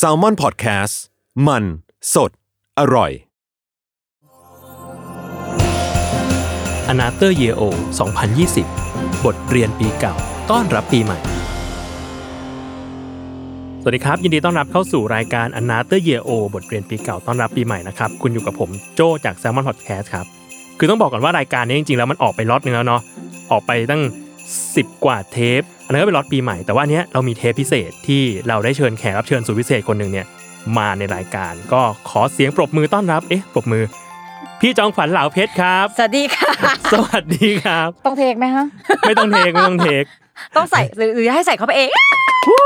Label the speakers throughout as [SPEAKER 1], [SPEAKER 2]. [SPEAKER 1] s a l ม o n PODCAST มันสดอร่อย
[SPEAKER 2] a n a t h e r Year O 2020 บทเรียนปีเก่า ต้อนรับปีใหม่ สวัสดีครับ ยินดีต้อนรับเข้าสู่รายการ a n a t h e r Year O บทเรียนปีเก่า ต้อนรับปีใหม่นะครับ คุณอยู่กับผมโจจาก s ซ l m o n Podcast ครับ คือต้องบอกก่อนว่ารายการนี้จริงๆ แล้วมันออกไปล็อตหนึงแล้วเนาะ ออกไปตั้ง 10 กว่าเทป อันนั้นก็เป็นล็อตปีใหม่ แต่ว่าอันเนี้ยเรามีเทปพิเศษที่เราได้เชิญแขกรับเชิญสุดพิเศษคนหนึ่งเนี่ย มาในรายการ ก็ขอเสียงปรบมือต้อนรับ เอ๊ะ ปรบมือ พี่จองขวัญเหลาเพชรครับ
[SPEAKER 3] สวัสดีค่ะ
[SPEAKER 2] สวัสดีครับ
[SPEAKER 3] ต้องเทคไหมฮะ
[SPEAKER 2] ไม่ต้องเทคไม่ต้องเทค
[SPEAKER 3] ต้องใส่หรือหรือให้ใส่เข้าไปเอง
[SPEAKER 2] ฮู้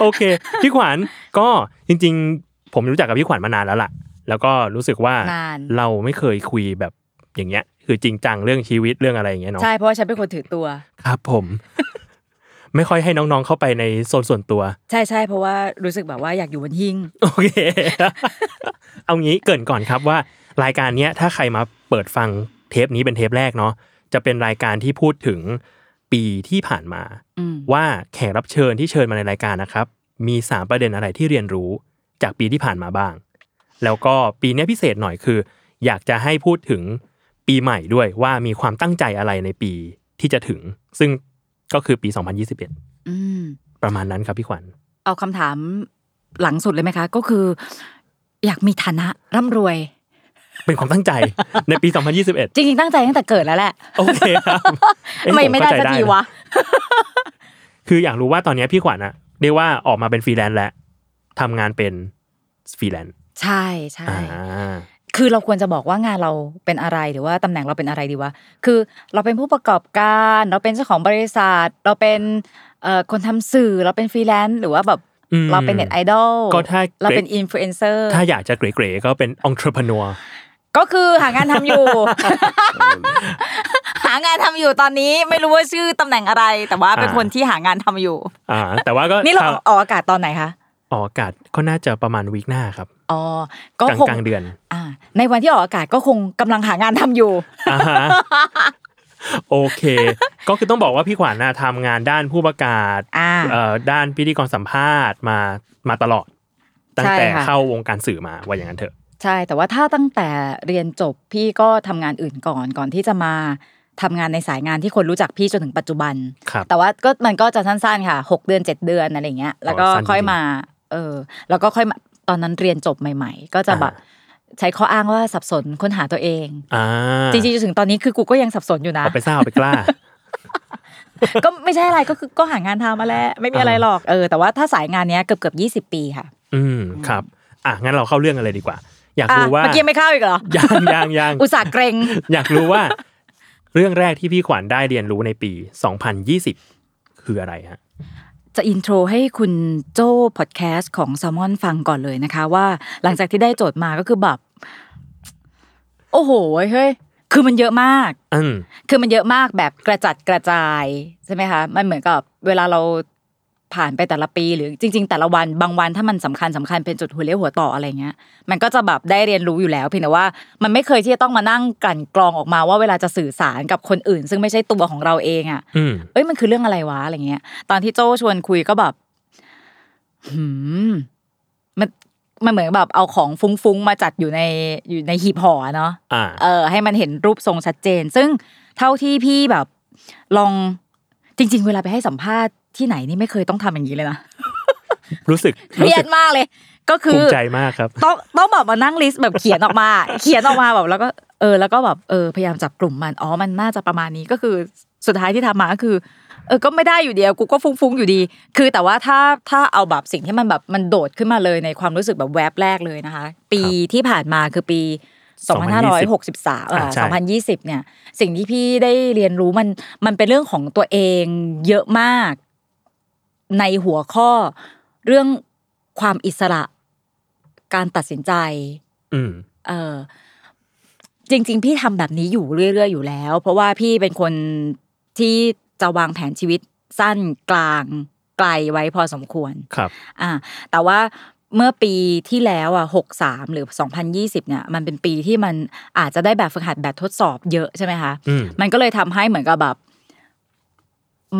[SPEAKER 2] โอเค พี่ขวัญก็จริง ๆ ผมรู้จักกับพี่ขวัญมานานแล้วล่ะ แล้วก็รู้สึกว่าน
[SPEAKER 3] าน
[SPEAKER 2] เราไม่เคยคุยแบบอย่างเงี้ย คือจริงจังเรื่องชีวิตเรื่องอะไรอย่างเงี้ยเนาะ
[SPEAKER 3] ใช่เพราะว่าฉันเป็นคนถือตัว
[SPEAKER 2] ครับผม ไม่ค่อยให้น้องๆเข้าไปในโซนส่วนตัว
[SPEAKER 3] ใช่ใช่เพราะว่ารู้สึกแบบว่าอยากอยู่บนหิ้ง
[SPEAKER 2] โอเค เอางี้เกรินก่อนครับว่า รายการเนี้ยถ้าใครมาเปิดฟังเทปนี้เป็นเทปแรกเนาะจะเป็นรายการที่พูดถึงปีที่ผ่านมา
[SPEAKER 3] อืม
[SPEAKER 2] ว่าแขกรับเชิญที่เชิญมาในรายการนะครับ มี 3 ประเด็นอะไรที่เรียนรู้จากปีที่ผ่านมาบ้าง แล้วก็ปีเนี้ยพิเศษหน่อยคือ อยากจะให้พูดถึงปีใหม่ด้วยว่ามีความตั้งใจอะไรในปีที่จะถึง ซึ่งก็คือปี 2021
[SPEAKER 3] อืม
[SPEAKER 2] ประมาณนั้นครับพี่ขวัญ
[SPEAKER 3] เอาคำถามหลังสุดเลยไหมคะ ก็คือ อยากมีฐานะร่ำรวย
[SPEAKER 2] เป็นความตั้งใจ ในปี 2021
[SPEAKER 3] จริงๆตั้งใจตั้งแต่เกิดแล้วแหละ
[SPEAKER 2] โอเคครับเอ้ย
[SPEAKER 3] ทำไม
[SPEAKER 2] ผ
[SPEAKER 3] ไม่ได้
[SPEAKER 2] เข้าใจ
[SPEAKER 3] สักที
[SPEAKER 2] น
[SPEAKER 3] วะ
[SPEAKER 2] คืออยากรู้ว่าตอนเนี้ยพี่ขวัญอะเรียกว่าออกมาเป็นฟรีแลนซ์แล้วทำงานเป็นฟรีแลนซ์
[SPEAKER 3] ใช่ใช่
[SPEAKER 2] อ่า
[SPEAKER 3] คือเราควรจะบอกว่างานเราเป็นอะไรหรือว่าตำแหน่งเราเป็นอะไรดีวะ คือเราเป็นผู้ประกอบการ เราเป็นเจ้าของบริษัท เราเป็นเอ่อคนทำสื่อ เราเป็นฟรีแลนซ์หรือว่าแบบ
[SPEAKER 2] อืม
[SPEAKER 3] เราเป็นเน็ตไอดอล
[SPEAKER 2] ก็ถ้า
[SPEAKER 3] เราเป็นอินฟลูเอนเซอร์
[SPEAKER 2] ถ้าอยากจะเก๋ๆก็เป็นองค์ประกอบ
[SPEAKER 3] ก็คือหางานทำ อยู่ หางานทำอยู่ตอนนี้ไม่รู้ว่าชื่อตำแหน่งอะไร แต่ว่าเป็น
[SPEAKER 2] อ่า
[SPEAKER 3] คนที่หางานทำอยู่
[SPEAKER 2] อ่า แต่ว่าก็
[SPEAKER 3] นี่เราออกอากาศตอนไหนคะ
[SPEAKER 2] ออกอากาศก็น่าจะประมาณวีคหน้าครับ
[SPEAKER 3] อ๋อ
[SPEAKER 2] ก
[SPEAKER 3] ก็
[SPEAKER 2] ลาง
[SPEAKER 3] คง
[SPEAKER 2] กลางเดือน
[SPEAKER 3] อ่า ในวันที่ออกอากาศก็คงกำลังหางานทำอยู่
[SPEAKER 2] อ่าฮะโอเค ก็คือต้องบอกว่าพี่ขวัญน่ะทำงานด้านผู้ประกาศ
[SPEAKER 3] อ่า
[SPEAKER 2] เอ่อด้านพิธีกรสัมภาษณ์มามาตลอด ตั้งแต่
[SPEAKER 3] ใช่ค่ะ
[SPEAKER 2] เข้าวงการสื่อมาว่าอย่างนั้นเถอะ
[SPEAKER 3] ใช่แต่ว่าถ้าตั้งแต่เรียนจบพี่ก็ทำงานอื่นก่อนก่อนที่จะมาทำงานในสายงานที่คนรู้จักพี่จนถึงปัจจุบัน
[SPEAKER 2] ครับ
[SPEAKER 3] แต่ว่าก็มันก็จะสั้นๆค่ะ 6 เดือน 7 เดือนอะไรอย่างเงี้ยแล้วก็
[SPEAKER 2] อ๋อสั้นจริงๆ
[SPEAKER 3] ค่อยมาเออแล้วก็ค่อยมาตอนนั้นเรียนจบใหม่ ๆ ก็จะแบบ
[SPEAKER 2] อ่
[SPEAKER 3] ใช้ข้ออ้างว่าสับสนค้นหาตัวเอง
[SPEAKER 2] อ่า
[SPEAKER 3] จริงๆจนถึงตอนนี้คือกูก็ยังสับสนอยู่นะ
[SPEAKER 2] เอาไปซ่าเอาไปกล้า
[SPEAKER 3] ก็ไม่ใช่อะไรก็คือก็หางานทำมาแล้วไม่มีอะไรหรอกเออแต่ว่าถ้าสายงานเนี้ยเกือบเกือบยี่สิบปีค่ะ
[SPEAKER 2] อืมครับอ่ะงั้นเราเข้าเรื่องกันเลยดีกว่า อยาก
[SPEAKER 3] อ่ะ
[SPEAKER 2] รู้ว่า
[SPEAKER 3] เมื่อกี้ไม่เข้าอีกเหรอ
[SPEAKER 2] ยังยังยัง
[SPEAKER 3] อุตส่าห์เกรง
[SPEAKER 2] อยากรู้ว่า เรื่องแรกที่พี่ขวัญได้เรียนรู้ในปี 2020 คืออะไรฮะ
[SPEAKER 3] จะอินโทรให้คุณโจ้พอดแคสต์ของ s ซ l m o n ฟังก่อนเลยนะคะว่าหลังจากที่ได้โจทย์มาก็คือแบบ โอ้โหเฮ้ยคือมันเยอะมาก
[SPEAKER 2] อืม
[SPEAKER 3] คือมันเยอะมากแบบกระจัดกระจายใช่ไหมคะมันเหมือนกับเวลาเราผ่านไปแต่ละปี หรือจริง ๆ แต่ละวันบางวันถ้ามันสำคัญสำคัญเป็นจุดหัวเลี้ยวหัวต่ออะไรเงี้ย มันก็จะแบบได้เรียนรู้อยู่แล้วเพียงแต่ว่ามันไม่เคยที่จะต้องมานั่งกลั่นกรองออกมาว่าเวลาจะสื่อสารกับคนอื่น ซึ่งไม่ใช่ตัวของเราเองอ่ะ
[SPEAKER 2] อืม
[SPEAKER 3] เอ้ยมันคือเรื่องอะไรวะอะไรเงี้ย ตอนที่โจ้ชวนคุยก็แบบหืมมันมันเหมือนแบบเอาของฟุ้งๆมาจัดอยู่ในอยู่ในหีบห่อเนาะ
[SPEAKER 2] อ่า
[SPEAKER 3] เออ ให้มันเห็นรูปทรงชัดเจน ซึ่งเท่าที่พี่แบบ ลองจริง ๆ เวลาไปให้สัมภาษณ์ที่ไหนนี่ไม่เคยต้องทำอย่างนี้เลยนะ
[SPEAKER 2] รู้สึก
[SPEAKER 3] เครีย
[SPEAKER 2] สึ
[SPEAKER 3] ด
[SPEAKER 2] ก
[SPEAKER 3] มากเลย ก็คื
[SPEAKER 2] ภู
[SPEAKER 3] อ
[SPEAKER 2] มิใจมากครับ
[SPEAKER 3] ต้องต้องแบบมานั่งลิสต์แบบเขียนออกมา เขียนออกมาแบบแล้วก็เออแล้วก็แบบเออพยายามจับกลุ่มมันอ๋อมันน่าจะประมาณนี้ก็คือสุดท้ายที่ทำมาก็คือเออก็ไม่ได้อยู่เดียวกูก็ฟุ้งๆอยู่ดี คือแต่ว่าถ้าถ้าเอาแบบสิ่งที่มันแบบมันโดดขึ้นมาเลยในความรู้สึกแบบแวบแรกเลยนะคะ ปีที่ผ่านมาคือปี 2563เอ่อ
[SPEAKER 2] อ่าใช่
[SPEAKER 3] 2020 เนี่ย สิ่งที่พี่ได้เรียนรู้มันมันเป็นเรื่องของตัวเองเยอะมาก ในหัวข้อเรื่องความอิสระ การตัดสินใจ
[SPEAKER 2] อืม
[SPEAKER 3] เออจริง ๆ พี่ทำแบบนี้อยู่เรื่อย ๆ อยู่แล้ว เพราะว่าพี่เป็นคนที่จะวางแผนชีวิตสั้นกลางไกลไว้พอสมควร
[SPEAKER 2] ครับ
[SPEAKER 3] อ่าแต่ว่าเมื่อปีที่แล้วอ่ะหกสามหรือ 2020เนี่ยมันเป็นปีที่มันอาจจะได้แบบฝึกหัดแบบทดสอบเยอะใช่ไหมคะ
[SPEAKER 2] อืม
[SPEAKER 3] มันก็เลยทำให้เหมือนกับแบบ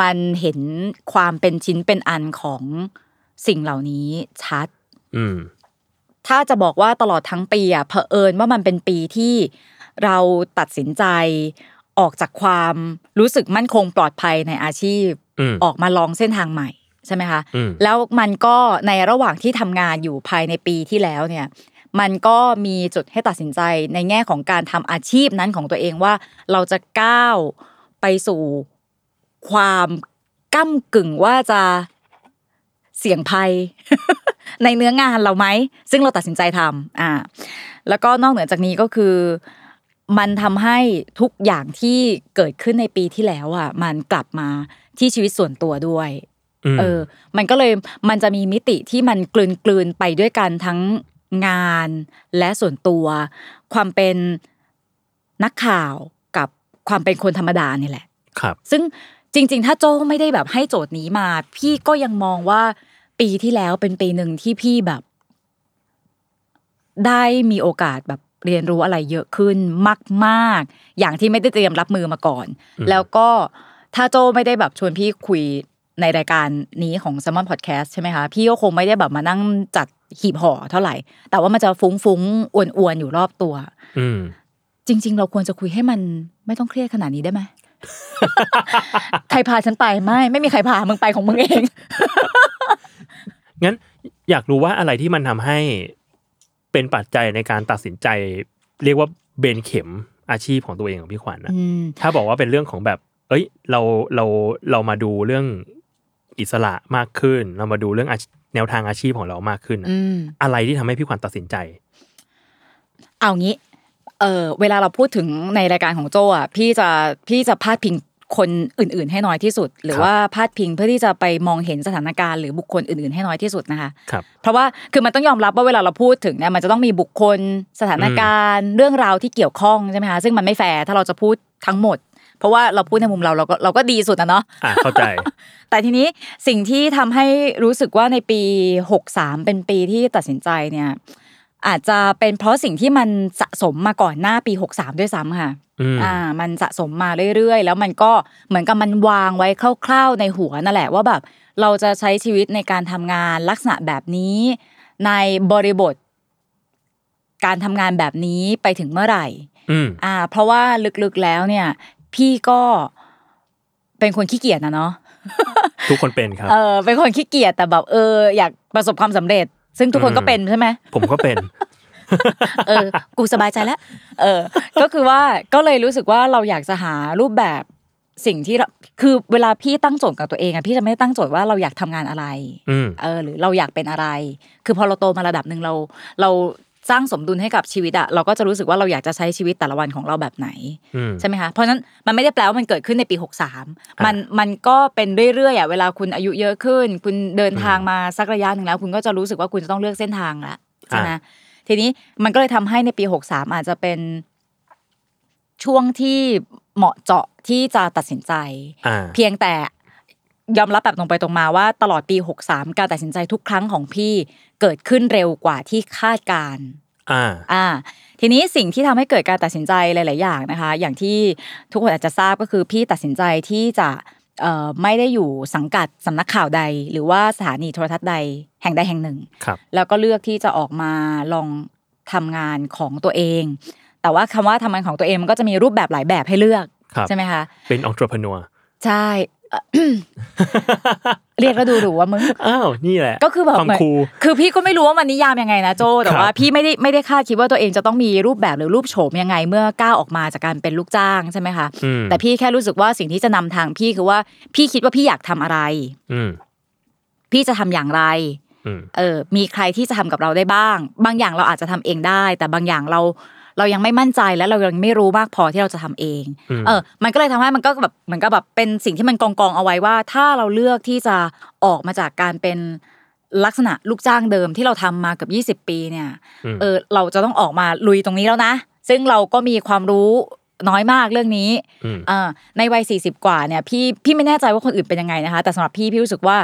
[SPEAKER 3] มันเห็นความเป็นชิ้นเป็นอันของ สิ่งเหล่านี้ชัด
[SPEAKER 2] อืม
[SPEAKER 3] ถ้าจะบอกว่าตลอดทั้งปีอ่ะเผอิญว่ามันเป็นปีที่เราตัดสินใจออกจากความรู้สึกมั่นคงปลอดภัยในอาชีพ
[SPEAKER 2] อืม
[SPEAKER 3] ออกมาลองเส้นทางใหม่ใช่ไหมคะ
[SPEAKER 2] อืม
[SPEAKER 3] แล้วมันก็ในระหว่างที่ทำงานอยู่ภายในปีที่แล้วเนี่ย มันก็มีจุดให้ตัดสินใจในแง่ของการทำอาชีพนั้นของตัวเองว่า เราจะก้าวไปสู่ความก้ากึ่งว่าจะเสี่ยงภัย ในเนื้องานเราไหม ซึ่งเราตัดสินใจทำอ่า แล้วก็นอกเหนือจากนี้ก็คือ มันทำให้ทุกอย่างที่เกิดขึ้นในปีที่แล้วอ่ะ มันกลับมาที่ชีวิตส่วนตัวด้วย
[SPEAKER 2] อืม
[SPEAKER 3] เออ มันก็เลยมันจะมีมิติที่มันกลืนกลืนๆไปด้วยกันทั้งงานและส่วนตัว ความเป็นนักข่าวกับความเป็นคนธรรมดานี่แหละ
[SPEAKER 2] ครับ
[SPEAKER 3] ซึ่งจริง ๆ ถ้าโจ้ไม่ได้แบบให้โจทย์นี้มา พี่ก็ยังมองว่าปีที่แล้วเป็นปีหนึ่งที่พี่แบบ ได้มีโอกาสแบบเรียนรู้อะไรเยอะขึ้นมาก ๆ อย่างที่ไม่ได้เตรียมรับมือมาก่อน
[SPEAKER 2] อืม
[SPEAKER 3] แล้วก็ถ้าโจไม่ได้แบบชวนพี่คุยในรายการนี้ของ s ซ m มอนพอดแคสต์ใช่ไหมคะพี่ก็คงไม่ได้แบบมานั่งจัดหีบห่อเท่าไหร่ แต่ว่ามันจะฟุ้งๆอ้วนๆอยู่รอบตัว
[SPEAKER 2] อืม
[SPEAKER 3] จริง ๆ เราควรจะคุยให้มันไม่ต้องเครียดขนาดนี้ได้ไหม ใครพาฉันไปไม่ ไม่มีใครพา มึงไปของมึงเอง
[SPEAKER 2] งั้นอยากรู้ว่าอะไรที่มันทำให้เป็นปัจจัยในการตัดสินใจ เรียกว่าเบนเข็มอาชีพของตัวเองของพี่ขวัญนะ
[SPEAKER 3] อืม
[SPEAKER 2] ถ้าบอกว่าเป็นเรื่องของแบบ เอ้ย เราเราเรามาดูเรื่องอิสระมากขึ้น เรามาดูเรื่องอาชแนวทางอาชีพของเรามากขึ้นอะ
[SPEAKER 3] อืม
[SPEAKER 2] อะไรที่ทำให้พี่ขวัญตัดสินใจ
[SPEAKER 3] เอางี้ เออเวลาเราพูดถึงในรายการของโจอ่ะ พี่จะพี่จะพาดพิงคนอื่น ๆ ให้น้อยที่สุด หรือ
[SPEAKER 2] ครับ
[SPEAKER 3] ว่าพาดพิงเพื่อที่จะไปมองเห็นสถานการณ์หรือบุคคลอื่น ๆ ให้น้อยที่สุดนะคะ
[SPEAKER 2] ครับ
[SPEAKER 3] เพราะว่าคือมันต้องยอมรับว่าเวลาเราพูดถึงเนี่ยมันจะต้องมีบุคคลสถานการณ์ เรื่องราวที่เกี่ยวข้องใช่ไหมคะซึ่งมันไม่แฟร์ถ้าเราจะพูดทั้งหมด เพราะว่าเราพูดในมุมเราเราก็เราก็ดีสุดนะเนาะ
[SPEAKER 2] อ่ะเข้าใจ
[SPEAKER 3] แต่ทีนี้สิ่งที่ทำให้รู้สึกว่าในปี 63 เป็นปีที่ตัดสินใจเนี่ย อาจจะเป็นเพราะสิ่งที่มันสะสมมาก่อนหน้าปี 63 ด้วยซ้ำค่ะ
[SPEAKER 2] อืม
[SPEAKER 3] อ่า มันสะสมมาเรื่อยๆ แล้วมันก็เหมือนกับมันวางไว้คร่าวๆในหัวนั่นแหละว่าแบบเราจะใช้ชีวิตในการทำงานลักษณะแบบนี้ ในบริบท การทำงานแบบนี้ไปถึงเมื่อไหร่
[SPEAKER 2] อืม
[SPEAKER 3] อ่า เพราะว่าลึกๆแล้วเนี่ย พี่ก็เป็นคนขี้เกียจนะเนาะ
[SPEAKER 2] ทุกคนเป็นครับ
[SPEAKER 3] เออเป็นคนขี้เกียจแต่แบบเอออยากประสบความสำเร็จ ซึ่งทุกคนก็
[SPEAKER 2] อืม
[SPEAKER 3] เป็นใช่ไหม
[SPEAKER 2] ผมก็เป็น
[SPEAKER 3] เออ กูสบายใจแล้วเออ ก็คือว่าก็เลยรู้สึกว่าเราอยากจะหารูปแบบสิ่งที่เราคือเวลาพี่ตั้งโจทย์กับตัวเองอะพี่จะไม่ได้ตั้งโจทย์ว่าเราอยากทำงานอะไร
[SPEAKER 2] อืม
[SPEAKER 3] เออหรือเราอยากเป็นอะไร คือพอเราโตมาระดับหนึ่งเรา เราสร้างสมดุลให้กับชีวิตอะเราก็จะรู้สึกว่าเราอยากจะใช้ชีวิตแต่ละวันของเราแบบไหน
[SPEAKER 2] อืม
[SPEAKER 3] ใช่ไหมคะ เพราะฉะนั้นมันไม่ได้แปลว่ามันเกิดขึ้นในปี 63 มันมันก็เป็นเรื่อยๆอ่ะเวลาคุณอายุเยอะขึ้น คุณเดินทางมาสักระยะหนึ่งแล้ว คุณก็จะรู้สึกว่าคุณจะต้องเลือกเส้นทางละใช่ไหม
[SPEAKER 2] อ่า
[SPEAKER 3] ทีนี้มันก็เลยทำให้ในปี 63 อาจจะเป็น ช่วงที่เหมาะเจาะที่จะตัดสินใจ
[SPEAKER 2] อ่า
[SPEAKER 3] เพียงแต่ยอมรับแบบตรงไปตรงมาว่าตลอดปี 63 การตัดสินใจทุกครั้งของพี่เกิดขึ้นเร็วกว่าที่คาดการณ์
[SPEAKER 2] อ่า
[SPEAKER 3] อ่าทีนี้สิ่งที่ทำให้เกิดการตัดสินใจหลาย ๆ อย่างนะคะ อย่างที่ทุกคนอาจจะทราบก็คือพี่ตัดสินใจที่จะเอ่อไม่ได้อยู่สังกัดสำนักข่าวใด หรือว่าสถานีโทรทัศน์ใดแห่งใดแห่งหนึ่ง
[SPEAKER 2] ครับ
[SPEAKER 3] แล้วก็เลือกที่จะออกมาลองทำงานของตัวเอง แต่ว่าคำว่าทำงานของตัวเองมันก็จะมีรูปแบบหลายแบบให้เลือก
[SPEAKER 2] ครับ
[SPEAKER 3] ใช่ไหมคะ
[SPEAKER 2] เป็นองค์ประกอบ
[SPEAKER 3] ใช่เอ่อ เรียกก็ดูหรูว่ามึง
[SPEAKER 2] อ้าว นี่แหละ
[SPEAKER 3] ก็คือแบบ
[SPEAKER 2] ความ
[SPEAKER 3] เหมือน
[SPEAKER 2] คูล
[SPEAKER 3] คือพี่ก็ไม่รู้ว่ามันนิยามยังไงนะโจ แต่ว่า
[SPEAKER 2] ครับ
[SPEAKER 3] พี่ไม่ได้ไม่ได้คาดคิดว่าตัวเองจะต้องมีรูปแบบหรือรูปโฉมยังไงเมื่อก้าวออกมาจากการเป็นลูกจ้างใช่ไหมคะ
[SPEAKER 2] อืม
[SPEAKER 3] แต่พี่แค่รู้สึกว่าสิ่งที่จะนำทางพี่คือว่าพี่คิดว่าพี่อยากทำอะไร
[SPEAKER 2] อืม
[SPEAKER 3] พี่จะทำอย่างไร
[SPEAKER 2] อืม
[SPEAKER 3] เออ มีใครที่จะทำกับเราได้บ้าง บางอย่างเราอาจจะทำเองได้ แต่บางอย่างเราเรายังไม่มั่นใจและเรายังไม่รู้มากพอที่เราจะทำเอง
[SPEAKER 2] อืม
[SPEAKER 3] เออ มันก็เลยทำให้มันก็แบบเหมือนกับแบบเป็นสิ่งที่มันกองกองๆเอาไว้ว่า ถ้าเราเลือกที่จะออกมาจากการเป็นลักษณะลูกจ้างเดิมที่เราทำมาเกือบ20 ปีเนี่ย
[SPEAKER 2] อืม
[SPEAKER 3] เออ เราจะต้องออกมาลุยตรงนี้แล้วนะ ซึ่งเราก็มีความรู้น้อยมากเรื่องนี้
[SPEAKER 2] อืม
[SPEAKER 3] อ่าในวัย 40 กว่าเนี่ยพี่พี่ไม่แน่ใจว่าคนอื่นเป็นยังไงนะคะ แต่สำหรับพี่พี่รู้สึกว่า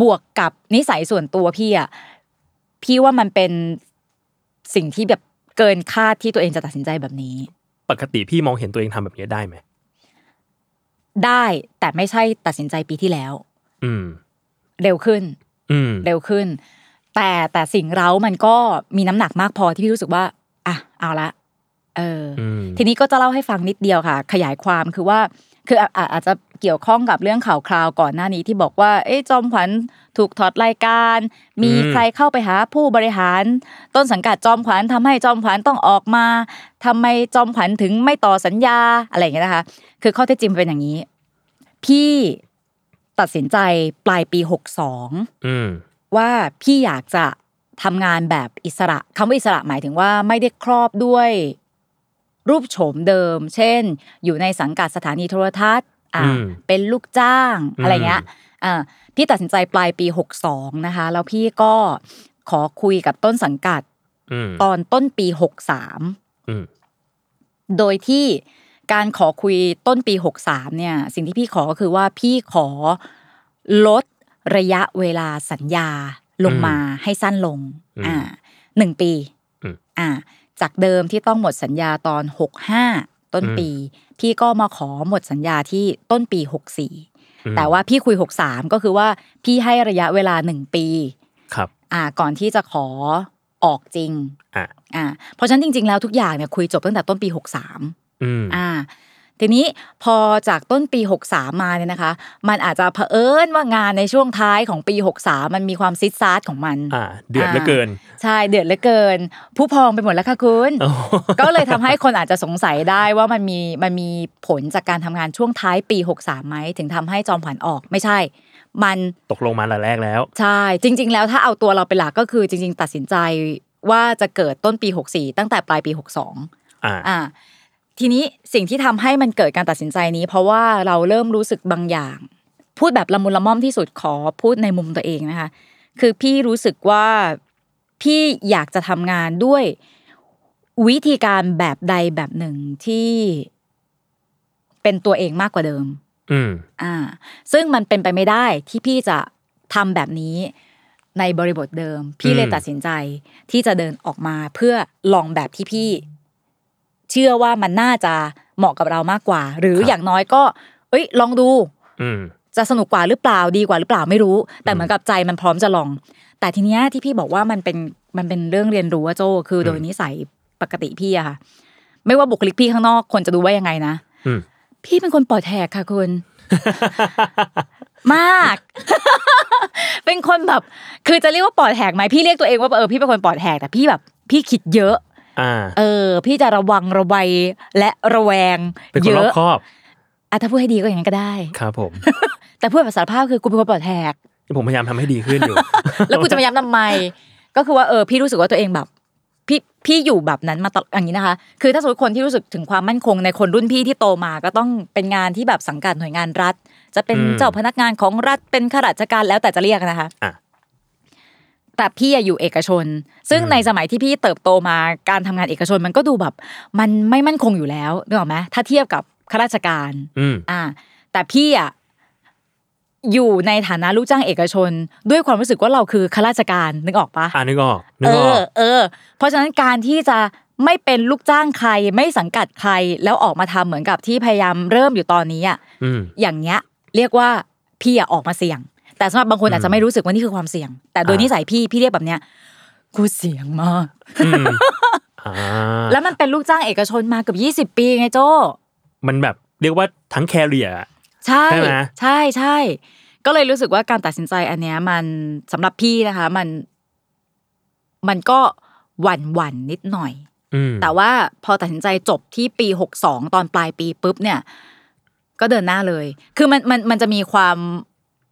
[SPEAKER 3] บวกกับนิสัยส่วนตัวพี่อ่ะพี่ว่ามันเป็นสิ่งที่แบบเกินคาดที่ตัวเองจะตัดสินใจแบบนี้
[SPEAKER 2] ปกติพี่มองเห็นตัวเองทำแบบนี้ได้ไหม
[SPEAKER 3] ได้แต่ไม่ใช่ตัดสินใจปีที่แล้ว
[SPEAKER 2] อืม
[SPEAKER 3] เร็วขึ้น
[SPEAKER 2] อืม
[SPEAKER 3] เร็วขึ้น แต่แต่สิ่งเร้ามันก็มีน้ำหนักมากพอที่พี่รู้สึกว่า อ่ะ เอาละ เอออ
[SPEAKER 2] อืม
[SPEAKER 3] ทีนี้ก็จะเล่าให้ฟังนิดเดียวค่ะ ขยายความคือว่าคืออ่ะอ่ะอาจจะเกี่ยวข้องกับเรื่องข่าวคราวก่อนหน้านี้ที่บอกว่า เอ๊ะจอมขวัญถูกถอดรายการ มี
[SPEAKER 2] อืม
[SPEAKER 3] ใครเข้าไปหาผู้บริหาร ต้นสังกัดจอมขวัญทำให้จอมขวัญต้องออกมาทำไมจอมขวัญถึงไม่ต่อสัญญาอะไรอย่างเงี้ยนะคะ คือข้อเท็จจริงมันเป็นอย่างนี้ พี่ตัดสินใจปลายปี 62
[SPEAKER 2] อืม
[SPEAKER 3] ว่าพี่อยากจะทำงานแบบอิสระคำว่าอิสระหมายถึงว่าไม่ได้ครอบด้วยรูปโฉมเดิม เช่น อยู่ในสังกัดสถานีโทรทัศน์อ่ะ
[SPEAKER 2] อืม
[SPEAKER 3] เป็นลูกจ้าง
[SPEAKER 2] อืม
[SPEAKER 3] อะไรเงี้ยอ่ะพี่ตัดสินใจปลายปี 62 นะคะ แล้วพี่ก็ขอคุยกับต้นสังกัด
[SPEAKER 2] อืม
[SPEAKER 3] ตอนต้นปี
[SPEAKER 2] อืม
[SPEAKER 3] 63 โดยที่การขอคุยต้นปี 63 เนี่ย สิ่งที่พี่ขอก็คือว่าพี่ขอลดระยะเวลาสัญญาลงมาให้สั้นลง
[SPEAKER 2] อืม
[SPEAKER 3] อ่าหนึ่งปี
[SPEAKER 2] อืม
[SPEAKER 3] อ่า จากเดิมที่ต้องหมดสัญญาตอน 65 ต้น
[SPEAKER 2] อืม
[SPEAKER 3] ปี พี่ก็มาขอหมดสัญญาที่ต้นปี
[SPEAKER 2] อ
[SPEAKER 3] 64
[SPEAKER 2] ืม
[SPEAKER 3] แต่ว่าพี่คุย 63 ก็คือว่าพี่ให้ระยะเวลา 1 ปี
[SPEAKER 2] ครับ
[SPEAKER 3] อ่าก่อนที่จะขอออกจริง
[SPEAKER 2] อ่ะ
[SPEAKER 3] อ่าเพราะฉะนั้นจริง ๆ แล้วทุกอย่างเนี่ยคุยจบตั้งแต่ต้นปี 63
[SPEAKER 2] อืม
[SPEAKER 3] อ่าทีนี้พอจากต้นปี 63 มาเนี่ยนะคะ มันอาจจะเผอิญว่างานในช่วงท้ายของปี 63 มันมีความซิดซาร์ดของมัน
[SPEAKER 2] อ่า เดือดเหลือเกิน
[SPEAKER 3] ใช่เดือดเหลือเกิน ผู้พองไปหมดแล้วค่ะคุณ
[SPEAKER 2] โอ้
[SPEAKER 3] ก็เลยทำให้คนอาจจะสงสัยได้ว่ามันมีมันมีผลจากการทำงานช่วงท้ายปี 63ไหมถึงทำให้จอมขวัญออกไม่ใช่ มัน
[SPEAKER 2] ตกลงมาแต่แรกแล้ว
[SPEAKER 3] ใช่จริง ๆ แล้วถ้าเอาตัวเราเป็นหลักก็คือจริง ๆ ตัดสินใจว่าจะเกิดต้นปี 64 ตั้งแต่ปลายปี 62
[SPEAKER 2] อ่า
[SPEAKER 3] อ่าทีนี้สิ่งที่ทำให้มันเกิดการตัดสินใจนี้ เพราะว่าเราเริ่มรู้สึกบางอย่าง พูดแบบละมุนละม่อมที่สุดขอพูดในมุมตัวเองนะคะ คือพี่รู้สึกว่าพี่อยากจะทำงานด้วยวิธีการแบบใดแบบหนึ่งที่เป็นตัวเองมากกว่าเดิม
[SPEAKER 2] อืม
[SPEAKER 3] อ่าซึ่งมันเป็นไปไม่ได้ที่พี่จะทำแบบนี้ในบริบทเดิม พี่เลย
[SPEAKER 2] อืม
[SPEAKER 3] ตัดสินใจที่จะเดินออกมาเพื่อลองแบบที่พี่ เชื่อว่ามันน่าจะเหมาะกับเรามากกว่า หรืออย่างน้อยก็ เอ้ย ลองดู
[SPEAKER 2] อืม
[SPEAKER 3] จะสนุกกว่าหรือเปล่าดีกว่าหรือเปล่าไม่รู้ แต่เหมือนกับใจมันพร้อมจะลอง แต่ทีเนี้ยที่พี่บอกว่ามันเป็นมันเป็นเรื่องเรียนรู้อะโจคือโดยนิสัยปกติพี่อะค่ะ ไม่ว่าบุคลิกพี่ข้างนอกคนจะดูว่ายังไงนะ
[SPEAKER 2] อืม
[SPEAKER 3] พี่เป็นคนปล่อยแหกค่ะคุณ มาก เป็นคนแบบ คือจะเรียกว่าปอดแหกไหมพี่เรียกตัวเองว่าเออพี่เป็นคนปอดแหกแต่พี่แบบ พี่คิดเยอะ
[SPEAKER 2] อ่า
[SPEAKER 3] เออ พี่จะระวังระวัยและระแวง
[SPEAKER 2] เป็นค
[SPEAKER 3] เย
[SPEAKER 2] นรอ
[SPEAKER 3] อะ
[SPEAKER 2] บคอบ
[SPEAKER 3] อ่ะถ้าพูดให้ดีก็อย่างนั้นก็ได้
[SPEAKER 2] ครับผม
[SPEAKER 3] แต่พูดแบบสารภาพคือกูเป็นคนปอดแหก
[SPEAKER 2] ผมพยายามทำให้ดีขึ้น อยู่
[SPEAKER 3] แล้วกูจะมาย้ำทำไม ก็คือว่าเออพี่รู้สึกว่าตัวเองแบบ พี่พี่อยู่แบบนั้นมาตลอดอย่างนี้นะคะ คือถ้าสมมติคนที่รู้สึกถึงความมั่นคงในคนรุ่นพี่ที่โตมา ก็ต้องเป็นงานที่แบบสังกัดหน่วยงานรัฐ จะเป็น
[SPEAKER 2] อืม
[SPEAKER 3] เจ้าพนักงานของรัฐเป็นข้าราชการแล้วแต่จะเรียกนะคะ
[SPEAKER 2] อ่ะ
[SPEAKER 3] แต่พี่อะอยู่เอกชน ซึ่งในสมัยที่พี่เติบโตมาการทำงานเอกชนมันก็ดูแบบ มันไม่มั่นคงอยู่แล้วนึกออกไหมถ้าเทียบกับข้าราชการ
[SPEAKER 2] อืม
[SPEAKER 3] อ่าแต่พี่อ่ะอยู่ในฐานะลูกจ้างเอกชน ด้วยความรู้สึกว่าเราคือข้าราชการนึกออกปะ
[SPEAKER 2] อ่านึกออก นึอ
[SPEAKER 3] เอก
[SPEAKER 2] อ
[SPEAKER 3] อก เออ เพราะฉะนั้นการที่จะไม่เป็นลูกจ้างใครไม่สังกัดใครแล้วออกมาทำเหมือนกับที่พยายามเริ่มอยู่ตอนนี้อ่ะ
[SPEAKER 2] อืม
[SPEAKER 3] อย่างเงี้ย เรียกว่าพี่อ่ะออกมาเสี่ยง แต่สำหรับบางคนอาจจะไม่รู้สึกว่านี่คือความเสี่ยง แต่โดย
[SPEAKER 2] อ่านิ
[SPEAKER 3] นิสัยพี่พี่เรียกแบบเนี้ยกูเสี่ยงมาก
[SPEAKER 2] อืมอ่า
[SPEAKER 3] แล้วมันเป็นลูกจ้างเอกชนมาเกือบ20 ปีไงโจ
[SPEAKER 2] มันแบบเรียกว่าทั้งแคเรีย
[SPEAKER 3] ใช่
[SPEAKER 2] ใช่ไหม
[SPEAKER 3] ใช่ใช่ก็เลยรู้สึกว่าการตัดสินใจอันเนี้ยมันสำหรับพี่นะคะ มันมันก็หวั่นหวั่นๆนิดหน่อย
[SPEAKER 2] อืม
[SPEAKER 3] แต่ว่าพอตัดสินใจจบที่ปีหกสองตอนปลายปีปุ๊บเนี่ย ก็เดินหน้าเลย คือมันมันมันจะมีความ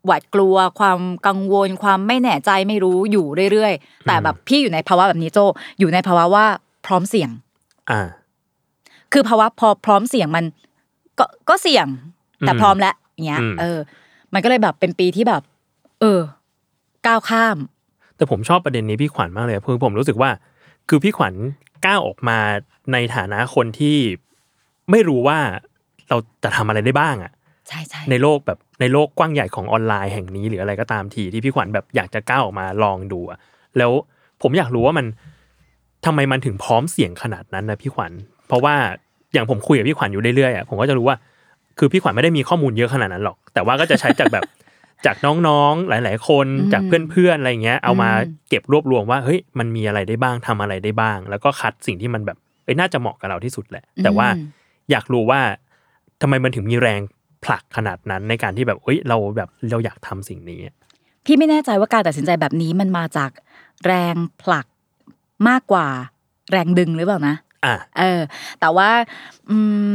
[SPEAKER 3] หวาดกลัว ความกังวล ความไม่แน่ใจไม่รู้อยู่เรื่อยๆ แต่แบบพี่อยู่ในภาวะแบบนี้โจอยู่ในภาวะว่าพร้อมเสี่ยง
[SPEAKER 2] อ่า
[SPEAKER 3] คือภาวะพอพร้อมเสี่ยงมันก็ก็เสี่ยง แต่
[SPEAKER 2] อืม
[SPEAKER 3] พร้อมแล้วอย่างเงี้ย
[SPEAKER 2] อืม
[SPEAKER 3] เออ มันก็เลยแบบเป็นปีที่แบบ เออ ก้าวข้าม
[SPEAKER 2] แต่ผมชอบประเด็นนี้พี่ขวัญมากเลยคือผมรู้สึกว่า คือพี่ขวัญก้าวออกมาในฐานะคนที่ไม่รู้ว่าเราจะทำอะไรได้บ้างอะ
[SPEAKER 3] ใช่ใช่
[SPEAKER 2] ในโลกแบบในโลกกว้างใหญ่ของออนไลน์แห่งนี้หรืออะไรก็ตามทีที่พี่ขวัญแบบอยากจะก้าวออกมาลองดูอะแล้วผมอยากรู้ว่ามันทำไมมันถึงพร้อมเสี่ยงขนาดนั้นนะพี่ขวัญเพราะว่าอย่างผมคุยกับพี่ขวัญอยู่เรื่อยๆอะผมก็จะรู้ว่า คือพี่ขวัญไม่ได้มีข้อมูลเยอะขนาดนั้นหรอก แต่ว่าก็จะใช้จากแบบ จากน้องๆหลาย ๆ คน
[SPEAKER 3] อืม
[SPEAKER 2] จากเพื่อนๆอะไรเงี้ยเอามา
[SPEAKER 3] อืม
[SPEAKER 2] เก็บรวบรวมว่าเฮ้ยมันมีอะไรได้บ้างทำอะไรได้บ้าง แล้วก็คัดสิ่งที่มันแบบเอ้ยน่าจะเหมาะกับเราที่สุดแหละ แต่ว่าอยากรู้ว่าทำไมมันถึงมีแรงผลักขนาดนั้นในการที่แบบเอ้ยเราแบบเราอยากทำสิ่งนี้
[SPEAKER 3] พี่ไม่แน่ใจว่าการตัดสินใจแบบนี้มันมาจากแรงผลักมากกว่าแรงดึงหรือเปล่านะ
[SPEAKER 2] อ่ะ
[SPEAKER 3] เออ แต่ว่าอืม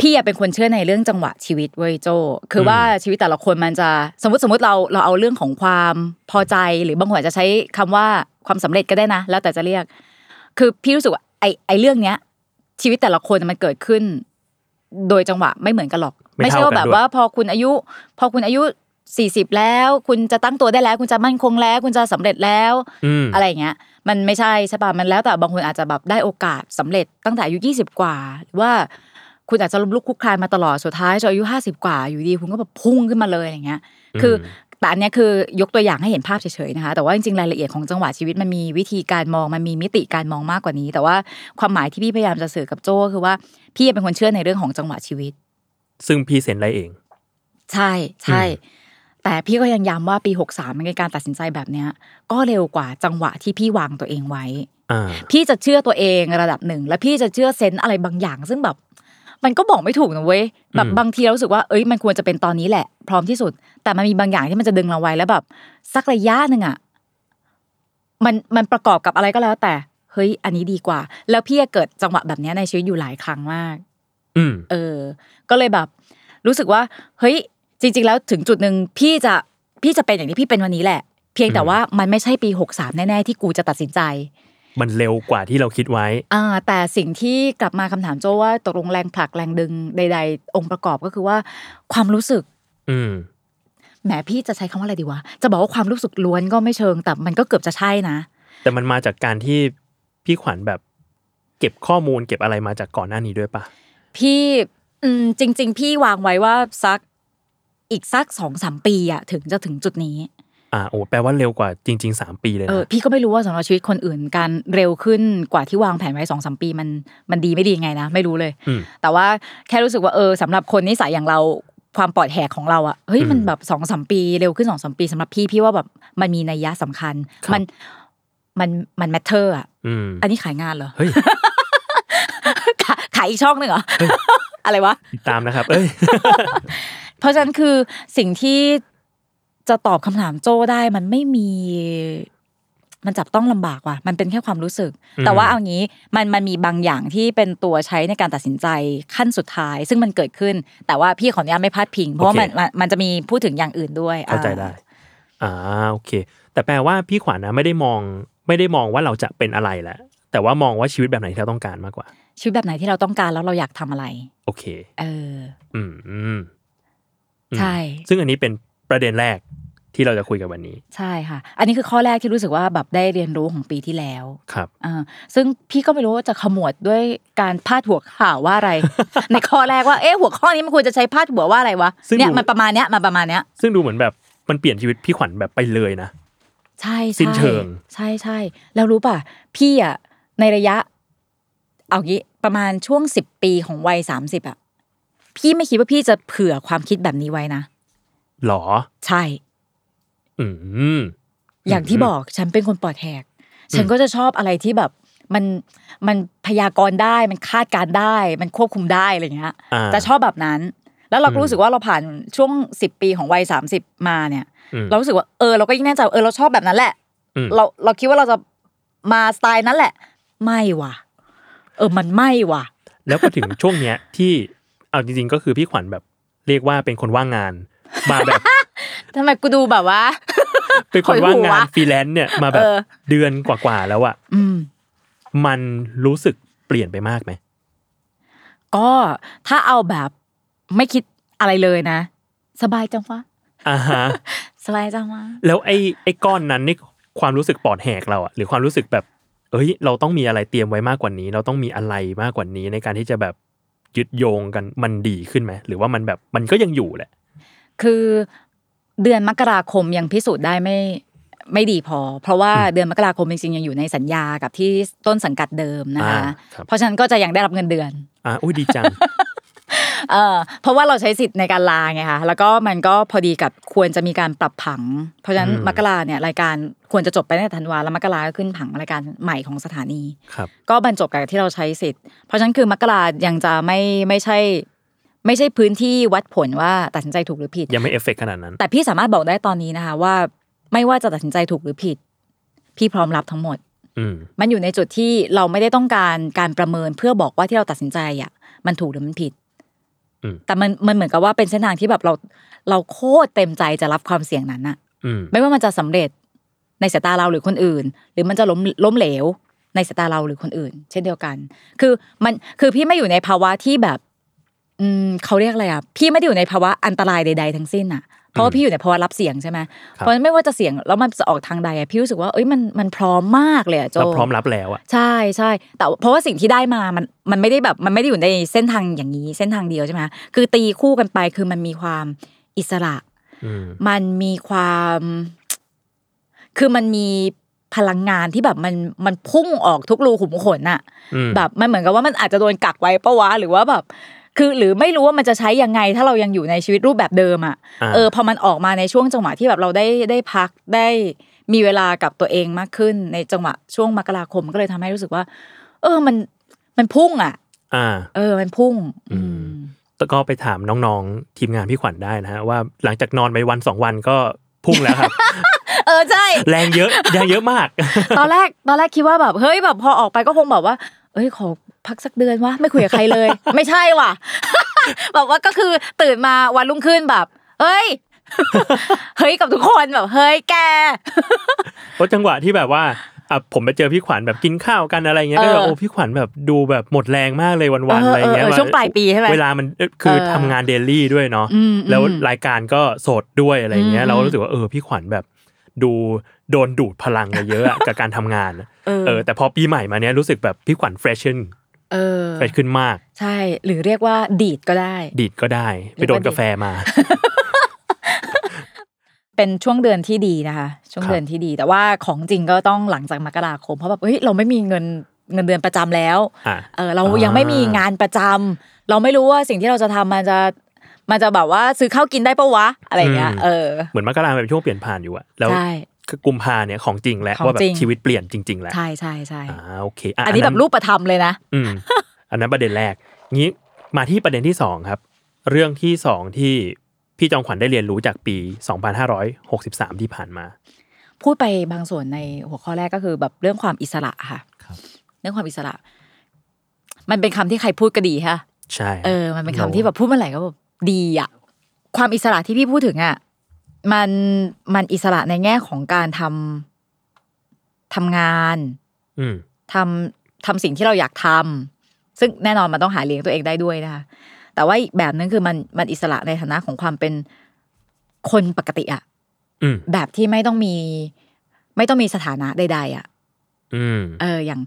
[SPEAKER 3] พี่อะเป็นคนเชื่อในเรื่องจังหวะชีวิตเว้ยโจ คืออ
[SPEAKER 2] ม
[SPEAKER 3] ว่าชีวิตแต่ละคนมันจะสมมติสมมติเราเราเอาเรื่องของความพอใจหรือบางคนอาจจะใช้คำว่าความสำเร็จก็ได้นะ แล้วแต่จะเรียก คือพี่รู้สึกว่าไอไอเรื่องเนี้ย ชีวิตแต่ละคนมันเกิดขึ้น โดยจังหวะไม่เหมือนกันหรอก
[SPEAKER 2] ไม่
[SPEAKER 3] ไม่
[SPEAKER 2] เท่า
[SPEAKER 3] ใช่ว่าแบบ
[SPEAKER 2] กันด้วย
[SPEAKER 3] ว่าพอคุณอายุ พอคุณอายุสี่สิบแล้ว คุณจะตั้งตัวได้แล้ว คุณจะมั่นคงแล้ว คุณจะสำเร็จแล้ว
[SPEAKER 2] อืม
[SPEAKER 3] อะไรอย่างเงี้ยมันไม่ใช่ใช่ป่ะมันแล้วแต่บางคนอาจจะแบบได้โอกาสสำเร็จตั้งแต่อายุ20 กว่า หรือว่าคุณอาจจะล้มลุกคลุกคลานมาตลอดสุดท้ายจนอายุ 50 กว่า อยู่ดีคุณก็แบบพุ่งขึ้นมาเลยอย่างเงี้ย คืออแต่อันเนี้ยคือยกตัวอย่างให้เห็นภาพเฉยๆนะคะแต่ว่าจริงๆรายละเอียดของจังหวะชีวิตมันมีวิธีการมองมันมีมิติการมองมากกว่านี้ แต่ว่าความหมายที่พี่พยายามจะสื่อกับโจ้ก็คือว่าพี่เป็นคนเชื่อในเรื่องของจังหวะชีวิต
[SPEAKER 2] ซึ่งพรีเซนต์อะไรเอง
[SPEAKER 3] ใช่ใช่
[SPEAKER 2] อืม
[SPEAKER 3] แต่พี่ก็ยังย้ำว่าปี 63มันเป็นการตัดสินใจแบบเนี้ยก็เร็วกว่าจังหวะที่พี่วางตัวเองไว้
[SPEAKER 2] อ่า
[SPEAKER 3] พี่จะเชื่อตัวเองระดับหนึ่ง แล้วพี่จะเชื่อเซนส์อะไรบางอย่าง ซึ่งแบบ มันก็บอกไม่ถูกนะเว้ยแบบ
[SPEAKER 2] อืม
[SPEAKER 3] บางทีเรารู้สึกว่าเอ้ยมันควรจะเป็นตอนนี้แหละ พร้อมที่สุด แต่มันมีบางอย่างที่มันจะดึงเราไว้แล้วแบบสักระยะหนึ่งอ่ะมันมันประกอบกับอะไรก็แล้ว แต่เฮ้ยอันนี้ดีกว่า แล้วพี่เกิดจังหวะแบบเนี้ยในชีวิตอยู่หลายครั้งมาก
[SPEAKER 2] อืม
[SPEAKER 3] เออ ก็เลยแบบ รู้สึกว่า เฮ้ย จริง ๆ แล้วถึงจุดหนึ่งพี่จะพี่จะเป็นอย่างที่พี่เป็นวันนี้แหละ เพียงแต่
[SPEAKER 2] อืม
[SPEAKER 3] ว่ามันไม่ใช่ปีหกสามแน่ๆที่กูจะตัดสินใจ
[SPEAKER 2] มันเร็วกว่าที่เราคิดไว้
[SPEAKER 3] อ่าแต่สิ่งที่กลับมาคำถามโจว่าตกลงแรงผลักแรงดึงใด ๆ องค์ประกอบก็คือว่า ความรู้สึก
[SPEAKER 2] อืม
[SPEAKER 3] แหมพี่จะใช้คำว่าอะไรดีวะจะบอกว่าความรู้สึกล้วนก็ไม่เชิง แต่มันก็เกือบจะใช่นะ
[SPEAKER 2] แต่มันมาจากการที่พี่ขวัญแบบเก็บข้อมูลเก็บอะไรมาจากก่อนหน้านี้ด้วยปะ
[SPEAKER 3] พี่อืมจริง ๆ พี่วางไว้ว่าสักอีกสักสองสามปีอะถึงจะถึงจุดนี้
[SPEAKER 2] อ่าโอ้แปลว่าเร็วกว่าจริงๆสามปีเลย
[SPEAKER 3] เอ
[SPEAKER 2] นะ
[SPEAKER 3] อพี่ก็ไม่รู้ว่าสำหรับชีวิตคนอื่นการเร็วขึ้นกว่าที่วางแผนไว้สองสามปีมันมันดีไม่ดียังไงนะ ไม่รู้เลย
[SPEAKER 2] อืม
[SPEAKER 3] แต่ว่าแค่รู้สึกว่าเออสำหรับคนนิสัยอย่างเราความปลอดแหกของเราอะเฮ้ย
[SPEAKER 2] อืม
[SPEAKER 3] มันแบบสองสามปีเร็วขึ้นสองสามปีสำหรับพี่พี่ว่าแบบมันมีนัยยะสำคัญ
[SPEAKER 2] ครับ
[SPEAKER 3] มันมันมันแมทเทอร์อะ
[SPEAKER 2] อืม
[SPEAKER 3] อันนี้ขายงานเหรอ
[SPEAKER 2] เฮ้ย
[SPEAKER 3] ขายขายอีกช่องหนึ่งเหรอ อะไรวะ
[SPEAKER 2] ตามนะครับ เอ้ย
[SPEAKER 3] เพราะฉะนั้นคือสิ่งที่จะตอบคำถามโจ้ได้มันไม่มี มันจับต้องลำบากว่ะมันเป็นแค่ความรู้สึก
[SPEAKER 2] อืม
[SPEAKER 3] แต่ว่าเอางี้มันมันมีบางอย่างที่เป็นตัวใช้ในการตัดสินใจขั้นสุดท้าย ซึ่งมันเกิดขึ้น แต่ว่าพี่ขออนุญาตไม่พาดพิง เพราะว่ามันมันมันจะมีพูดถึงอย่างอื่นด้วย
[SPEAKER 2] เข้าใจได้
[SPEAKER 3] อ่
[SPEAKER 2] อ่าโอเค แต่แปลว่าพี่ขวัญนะไม่ได้มองไม่ได้มองว่าเราจะเป็นอะไรแหละแต่ว่ามองว่าชีวิตแบบไหนที่เราต้องการมากกว่า
[SPEAKER 3] ชีวิตแบบไหนที่เราต้องการแล้วเราอยากทำอะไร
[SPEAKER 2] โอเค
[SPEAKER 3] เออ
[SPEAKER 2] อืมอืม
[SPEAKER 3] ใช่
[SPEAKER 2] ซึ่งอันนี้เป็นประเด็นแรกที่เราจะคุยกันวันนี้
[SPEAKER 3] ใช่ค่ะ อันนี้คือข้อแรกที่รู้สึกว่าแบบได้เรียนรู้ของปีที่แล้ว
[SPEAKER 2] ครับ
[SPEAKER 3] อ่าซึ่งพี่ก็ไม่รู้ว่าจะขมวดด้วยการพาดหัวข่าวว่า อะไร ในข้อแรกว่าเอ๊ะหัวข้อนี้มันควรจะใช้พาดหัวว่าอะไรวะ
[SPEAKER 2] ซึ่ง
[SPEAKER 3] เนี่ย
[SPEAKER 2] ดู
[SPEAKER 3] มันประมาณเนี้ยมันประมาณเนี้ย
[SPEAKER 2] ซึ่งดูเหมือนแบบมันเปลี่ยนชีวิตพี่ขวัญแบบไปเลยนะ
[SPEAKER 3] ใช่ใช่
[SPEAKER 2] สิ้นเชิง
[SPEAKER 3] ใช่ใช่แล้วรู้ป่ะ พี่อ่ะในระยะ เอางี้ประมาณช่วงสิบปีของวัยสามสิบอ่ะพี่ไม่คิดว่าพี่จะเผื่อความคิดแบบนี้ไว้นะ
[SPEAKER 2] หรอ
[SPEAKER 3] ใช่
[SPEAKER 2] อืม
[SPEAKER 3] อย่างที่
[SPEAKER 2] อืม
[SPEAKER 3] บอกฉันเป็นคนปลอดแหก ฉันก็จะชอบอะไรที่แบบมันมันพยากรณ์ได้มันคาดการณ์ได้ มันควบคุมได้อะไรอย่างเงี้ย
[SPEAKER 2] อ่า
[SPEAKER 3] จะชอบแบบนั้น แล้วเรา
[SPEAKER 2] อื
[SPEAKER 3] ก็
[SPEAKER 2] ม
[SPEAKER 3] รู้สึกว่าเราผ่านช่วงสิบปีของวัยสามสิบมาเนี่ย
[SPEAKER 2] อืม
[SPEAKER 3] เรา รู้สึกว่าเออเราก็ยิ่งแน่ใจว่าเออเราชอบแบบนั้นแหละ
[SPEAKER 2] อืม
[SPEAKER 3] เราเราคิดว่าเราจะมาสไตล์นั้นแหละ ไม่ว่ะ เออมันไม่ว่ะ
[SPEAKER 2] แล้วก็ถึงช่วงเนี้ยที่เอาจริงๆก็คือพี่ขวัญแบบเรียกว่าเป็นคนว่างงาน มา แบบ
[SPEAKER 3] ทำไมกูดูแบบว่า
[SPEAKER 2] เป็นคนว่างงาน
[SPEAKER 3] หอยหัว
[SPEAKER 2] ฟรีแลนซ์เนี่ยมาแบบ
[SPEAKER 3] เออ
[SPEAKER 2] เดือนกว่าๆแล้วอะ
[SPEAKER 3] อืม
[SPEAKER 2] มันรู้สึกเปลี่ยนไปมากไหม
[SPEAKER 3] ก็ถ้าเอาแบบไม่คิดอะไรเลยนะ สบายจังวะ
[SPEAKER 2] อ่าฮะ
[SPEAKER 3] สบายจังวะ
[SPEAKER 2] แล้วไอ้ไอ้ก้อนนั้นนี่ความรู้สึกปอดแหกเราอะหรือความรู้สึกแบบ เอ้ย เราต้องมีอะไรเตรียมไว้มากกว่านี้ เราต้องมีอะไรมากกว่านี้ในการที่จะแบบยึดโยงกันมันดีขึ้นไหมหรือว่ามันแบบมันก็ยังอยู่แหละ
[SPEAKER 3] คือเดือนมกราคมยังพิสูจน์ได้ไม่ไม่ดีพอ เพราะว่าเดือนมกราคมจริงๆยังอยู่ในสัญญากับที่ต้นสังกัดเดิมนะคะ
[SPEAKER 2] อ่าครับ
[SPEAKER 3] เพราะฉะนั้นก็จะยังได้รับเงินเดือน
[SPEAKER 2] อ่าอุ้ยดีจัง
[SPEAKER 3] เออเพราะว่าเราใช้สิทธิ์ในการลาไงคะแล้วก็มันก็พอดีกับควรจะมีการปรับผัง เพราะฉะนั้น
[SPEAKER 2] อืม
[SPEAKER 3] มกราเนี่ยรายการควรจะจบไปตั้งแต่ธันวาแล้วมกราก็ขึ้นผังรายการใหม่ของสถานี
[SPEAKER 2] ครับ
[SPEAKER 3] ก็บรรจบกับที่เราใช้สิทธิ์ เพราะฉะนั้นคือมกรายังจะไม่ไม่ใช่ ไม่ใช่พื้นที่วัดผลว่าตัดสินใจถูกหรือผิด
[SPEAKER 2] ยังไม่เอฟเฟกต์ขนาดนั้น
[SPEAKER 3] แต่พี่สามารถบอกได้ตอนนี้นะคะว่า ไม่ว่าจะตัดสินใจถูกหรือผิด พี่พร้อมรับทั้งหมด
[SPEAKER 2] อืม
[SPEAKER 3] มันอยู่ในจุดที่เราไม่ได้ต้องการการประเมินเพื่อบอกว่าที่เราตัดสินใจอ่ะมันถูกหรือมันผิด
[SPEAKER 2] อืม
[SPEAKER 3] แต่มันมันเหมือนกับว่าเป็นเส้นทางที่แบบเรา เราโคตรเต็มใจจะรับความเสี่ยงนั้นอะ
[SPEAKER 2] อืม
[SPEAKER 3] ไม่ว่ามันจะสำเร็จในสายตาเราหรือคนอื่น หรือมันจะล้มล้มเหลว ในสายตาเราหรือคนอื่น เช่นเดียวกัน คือมันคือพี่ไม่อยู่ในภาวะที่แบบ อืมเขาเรียกอะไรอ่ะพี่ไม่ได้อยู่ในภาวะอันตรายใด ๆ ทั้งสิ้นอ่ะ เพราะว่าพี่อยู่ในภาวะรับเสียงใช่ไหมเพราะฉะนั้นไม่ว่าจะเสียงแล้วมันจะออกทางใดอ่ะพี่รู้สึกว่าเอ้ยมันมันพร้อมมากเลยอ่ะโจ
[SPEAKER 2] เราพร้อมรับแล้วอะ
[SPEAKER 3] ใช่ใช่แต่เพราะว่าสิ่งที่ได้มามันมันไม่ได้แบบมันไม่ได้อยู่ในเส้นทางอย่างนี้เส้นทางเดียวใช่ไหมคะคือตีคู่กันไปคือมันมีความอิสระ
[SPEAKER 2] อืม
[SPEAKER 3] มันมีความ คือมันมีพลังงานที่แบบมันมันพุ่งออกทุกรูขุมขนอะ
[SPEAKER 2] อืม
[SPEAKER 3] แบบมันเหมือนกับว่ามันอาจจะโดนกักไว้ปะวะหรือว่าแบบ คือหรือไม่รู้ว่ามันจะใช้ยังไง ถ้าเรายังอยู่ในชีวิตรูปแบบเดิมอะ
[SPEAKER 2] า
[SPEAKER 3] เออพอมันออกมาในช่วงจังหวะที่แบบเราได้ได้พักได้มีเวลากับตัวเองมากขึ้น ในจังหวะช่วงมกราคมก็เลยทำให้รู้สึกว่า เออมันมันพุ่งอ่ะ
[SPEAKER 2] อ่า
[SPEAKER 3] เออมันพุ่ง อื
[SPEAKER 2] อืม
[SPEAKER 3] ม
[SPEAKER 2] แล้วก็ไปถามน้องๆ ทีมงานพี่ขวัญได้นะฮะว่าหลังจากนอนไปวันสองวันก็พุ่งแล้ว ครับ
[SPEAKER 3] เออใช่
[SPEAKER 2] แรงเยอะแรงเยอะมาก
[SPEAKER 3] ตอนแรกตอนแรกคิดว่าแบบเฮ้ยแบบพอออกไปก็คงแบบว่า เอ้ยขอพักสักเดือนวะไม่คุยกับใครเลย ไม่ใช่ว่ะ แบบว่าก็คือตื่นมาวันรุ่งขึ้นแบบ เฮ้ย เฮ้ยกับทุกคนแบบ เฮ้ยแก
[SPEAKER 2] เพราะจังหวะที่แบบว่าอ่ะผมไปเจอพี่ขวัญแบบกินข้าวกันอะไรเงี้ย
[SPEAKER 3] เอ
[SPEAKER 2] ก็
[SPEAKER 3] อ
[SPEAKER 2] แบบโอ้พี่ขวัญแบบดูแบบหมดแรงมากเลยวัน
[SPEAKER 3] เอ
[SPEAKER 2] ๆ
[SPEAKER 3] อ
[SPEAKER 2] อะไรเงี้ย
[SPEAKER 3] เออเออช่วงปลายปีใช่ไหม
[SPEAKER 2] เวลามันเอ่อคือ
[SPEAKER 3] เออ
[SPEAKER 2] ทำงานเดลี่ด้วยเนาะ
[SPEAKER 3] อืม
[SPEAKER 2] แล้ว
[SPEAKER 3] อืม
[SPEAKER 2] รายการก็สดด้วยอะไรเงี้ย
[SPEAKER 3] อืม
[SPEAKER 2] เรารู้สึกว่าเออพี่ขวัญแบบดูโดนดูดพลังมาเยอะอะ กับการทำงานอะเออแต่พอปีใหม่มาเนี้ยรู้สึกแบบพี่ขวัญเฟรชขึ้น
[SPEAKER 3] เออ
[SPEAKER 2] เฟรชขึ้นมาก
[SPEAKER 3] ใช่ หรือเรียกว่าดีดก็ได้
[SPEAKER 2] ดีดก็ได้ ไปโดนกาแฟมา
[SPEAKER 3] เป็นช่วงเดือนที่ดีนะคะ ช่วงเดือนที่ดีแต่ว่าของจริงก็ต้องหลังจากมกราคม เพราะแบบเฮ้ยเราไม่มีเงินเงินเดือนประจำแล้ว
[SPEAKER 2] อ่ะ
[SPEAKER 3] เออเรา
[SPEAKER 2] อ่ายั
[SPEAKER 3] ยังไม่มีงานประจำเราไม่รู้ว่าสิ่งที่เราจะทำมันจะมันจะแบบว่าซื้อข้าวกินได้ปะวะอะไรเงี้ย
[SPEAKER 2] อืม
[SPEAKER 3] เออ
[SPEAKER 2] เหมือนมกราเป็นช่วงเปลี่ยนผ่านอยู่อะแล้ว
[SPEAKER 3] ใช่
[SPEAKER 2] คือกุมภาเนี่ยของจริงแล้ว
[SPEAKER 3] ของ
[SPEAKER 2] ว่าแบ
[SPEAKER 3] จริ
[SPEAKER 2] บ
[SPEAKER 3] ง
[SPEAKER 2] ชีวิตเปลี่ยนจริง ๆ แล้ว
[SPEAKER 3] ใช่ใช่ใช่
[SPEAKER 2] อ่าโอเคะ
[SPEAKER 3] อันนี้แบบ
[SPEAKER 2] นั้น
[SPEAKER 3] รูปธรรมเลยนะ
[SPEAKER 2] อืม อันนั้นประเด็นแรก งี้มาที่ประเด็นที่สองครับ เรื่องที่สองที่พี่จองขวัญได้เรียนรู้จากปี 2563 ที่ผ่านมา
[SPEAKER 3] พูดไปบางส่วนในหัวข้อแรกก็คือแบบเรื่องความอิสระค่ะเรื่องความอิสระ มันเป็นคำที่ใครพูดก็ดีค่ะ
[SPEAKER 2] ใช่
[SPEAKER 3] เออ มันเป็นคำที่แบบพูดเมื่อไหร่ก็แบบดีอะความอิสระที่พี่พูดถึงอะมันมันอิสระในแง่ของการทำทำงาน
[SPEAKER 2] อืม
[SPEAKER 3] ทำทำสิ่งที่เราอยากทำซึ่งแน่นอนมันต้องหาเลี้ยงตัวเองได้ด้วยนะคะแต่ว่าอีกแบบนึงคือมันมันอิสระในฐานะของความเป็นคนปกติอะ
[SPEAKER 2] อืม
[SPEAKER 3] แบบที่ไม่ต้องมี ไม่ต้องมีสถานะใด ๆอะ
[SPEAKER 2] อืม
[SPEAKER 3] เอออย่าง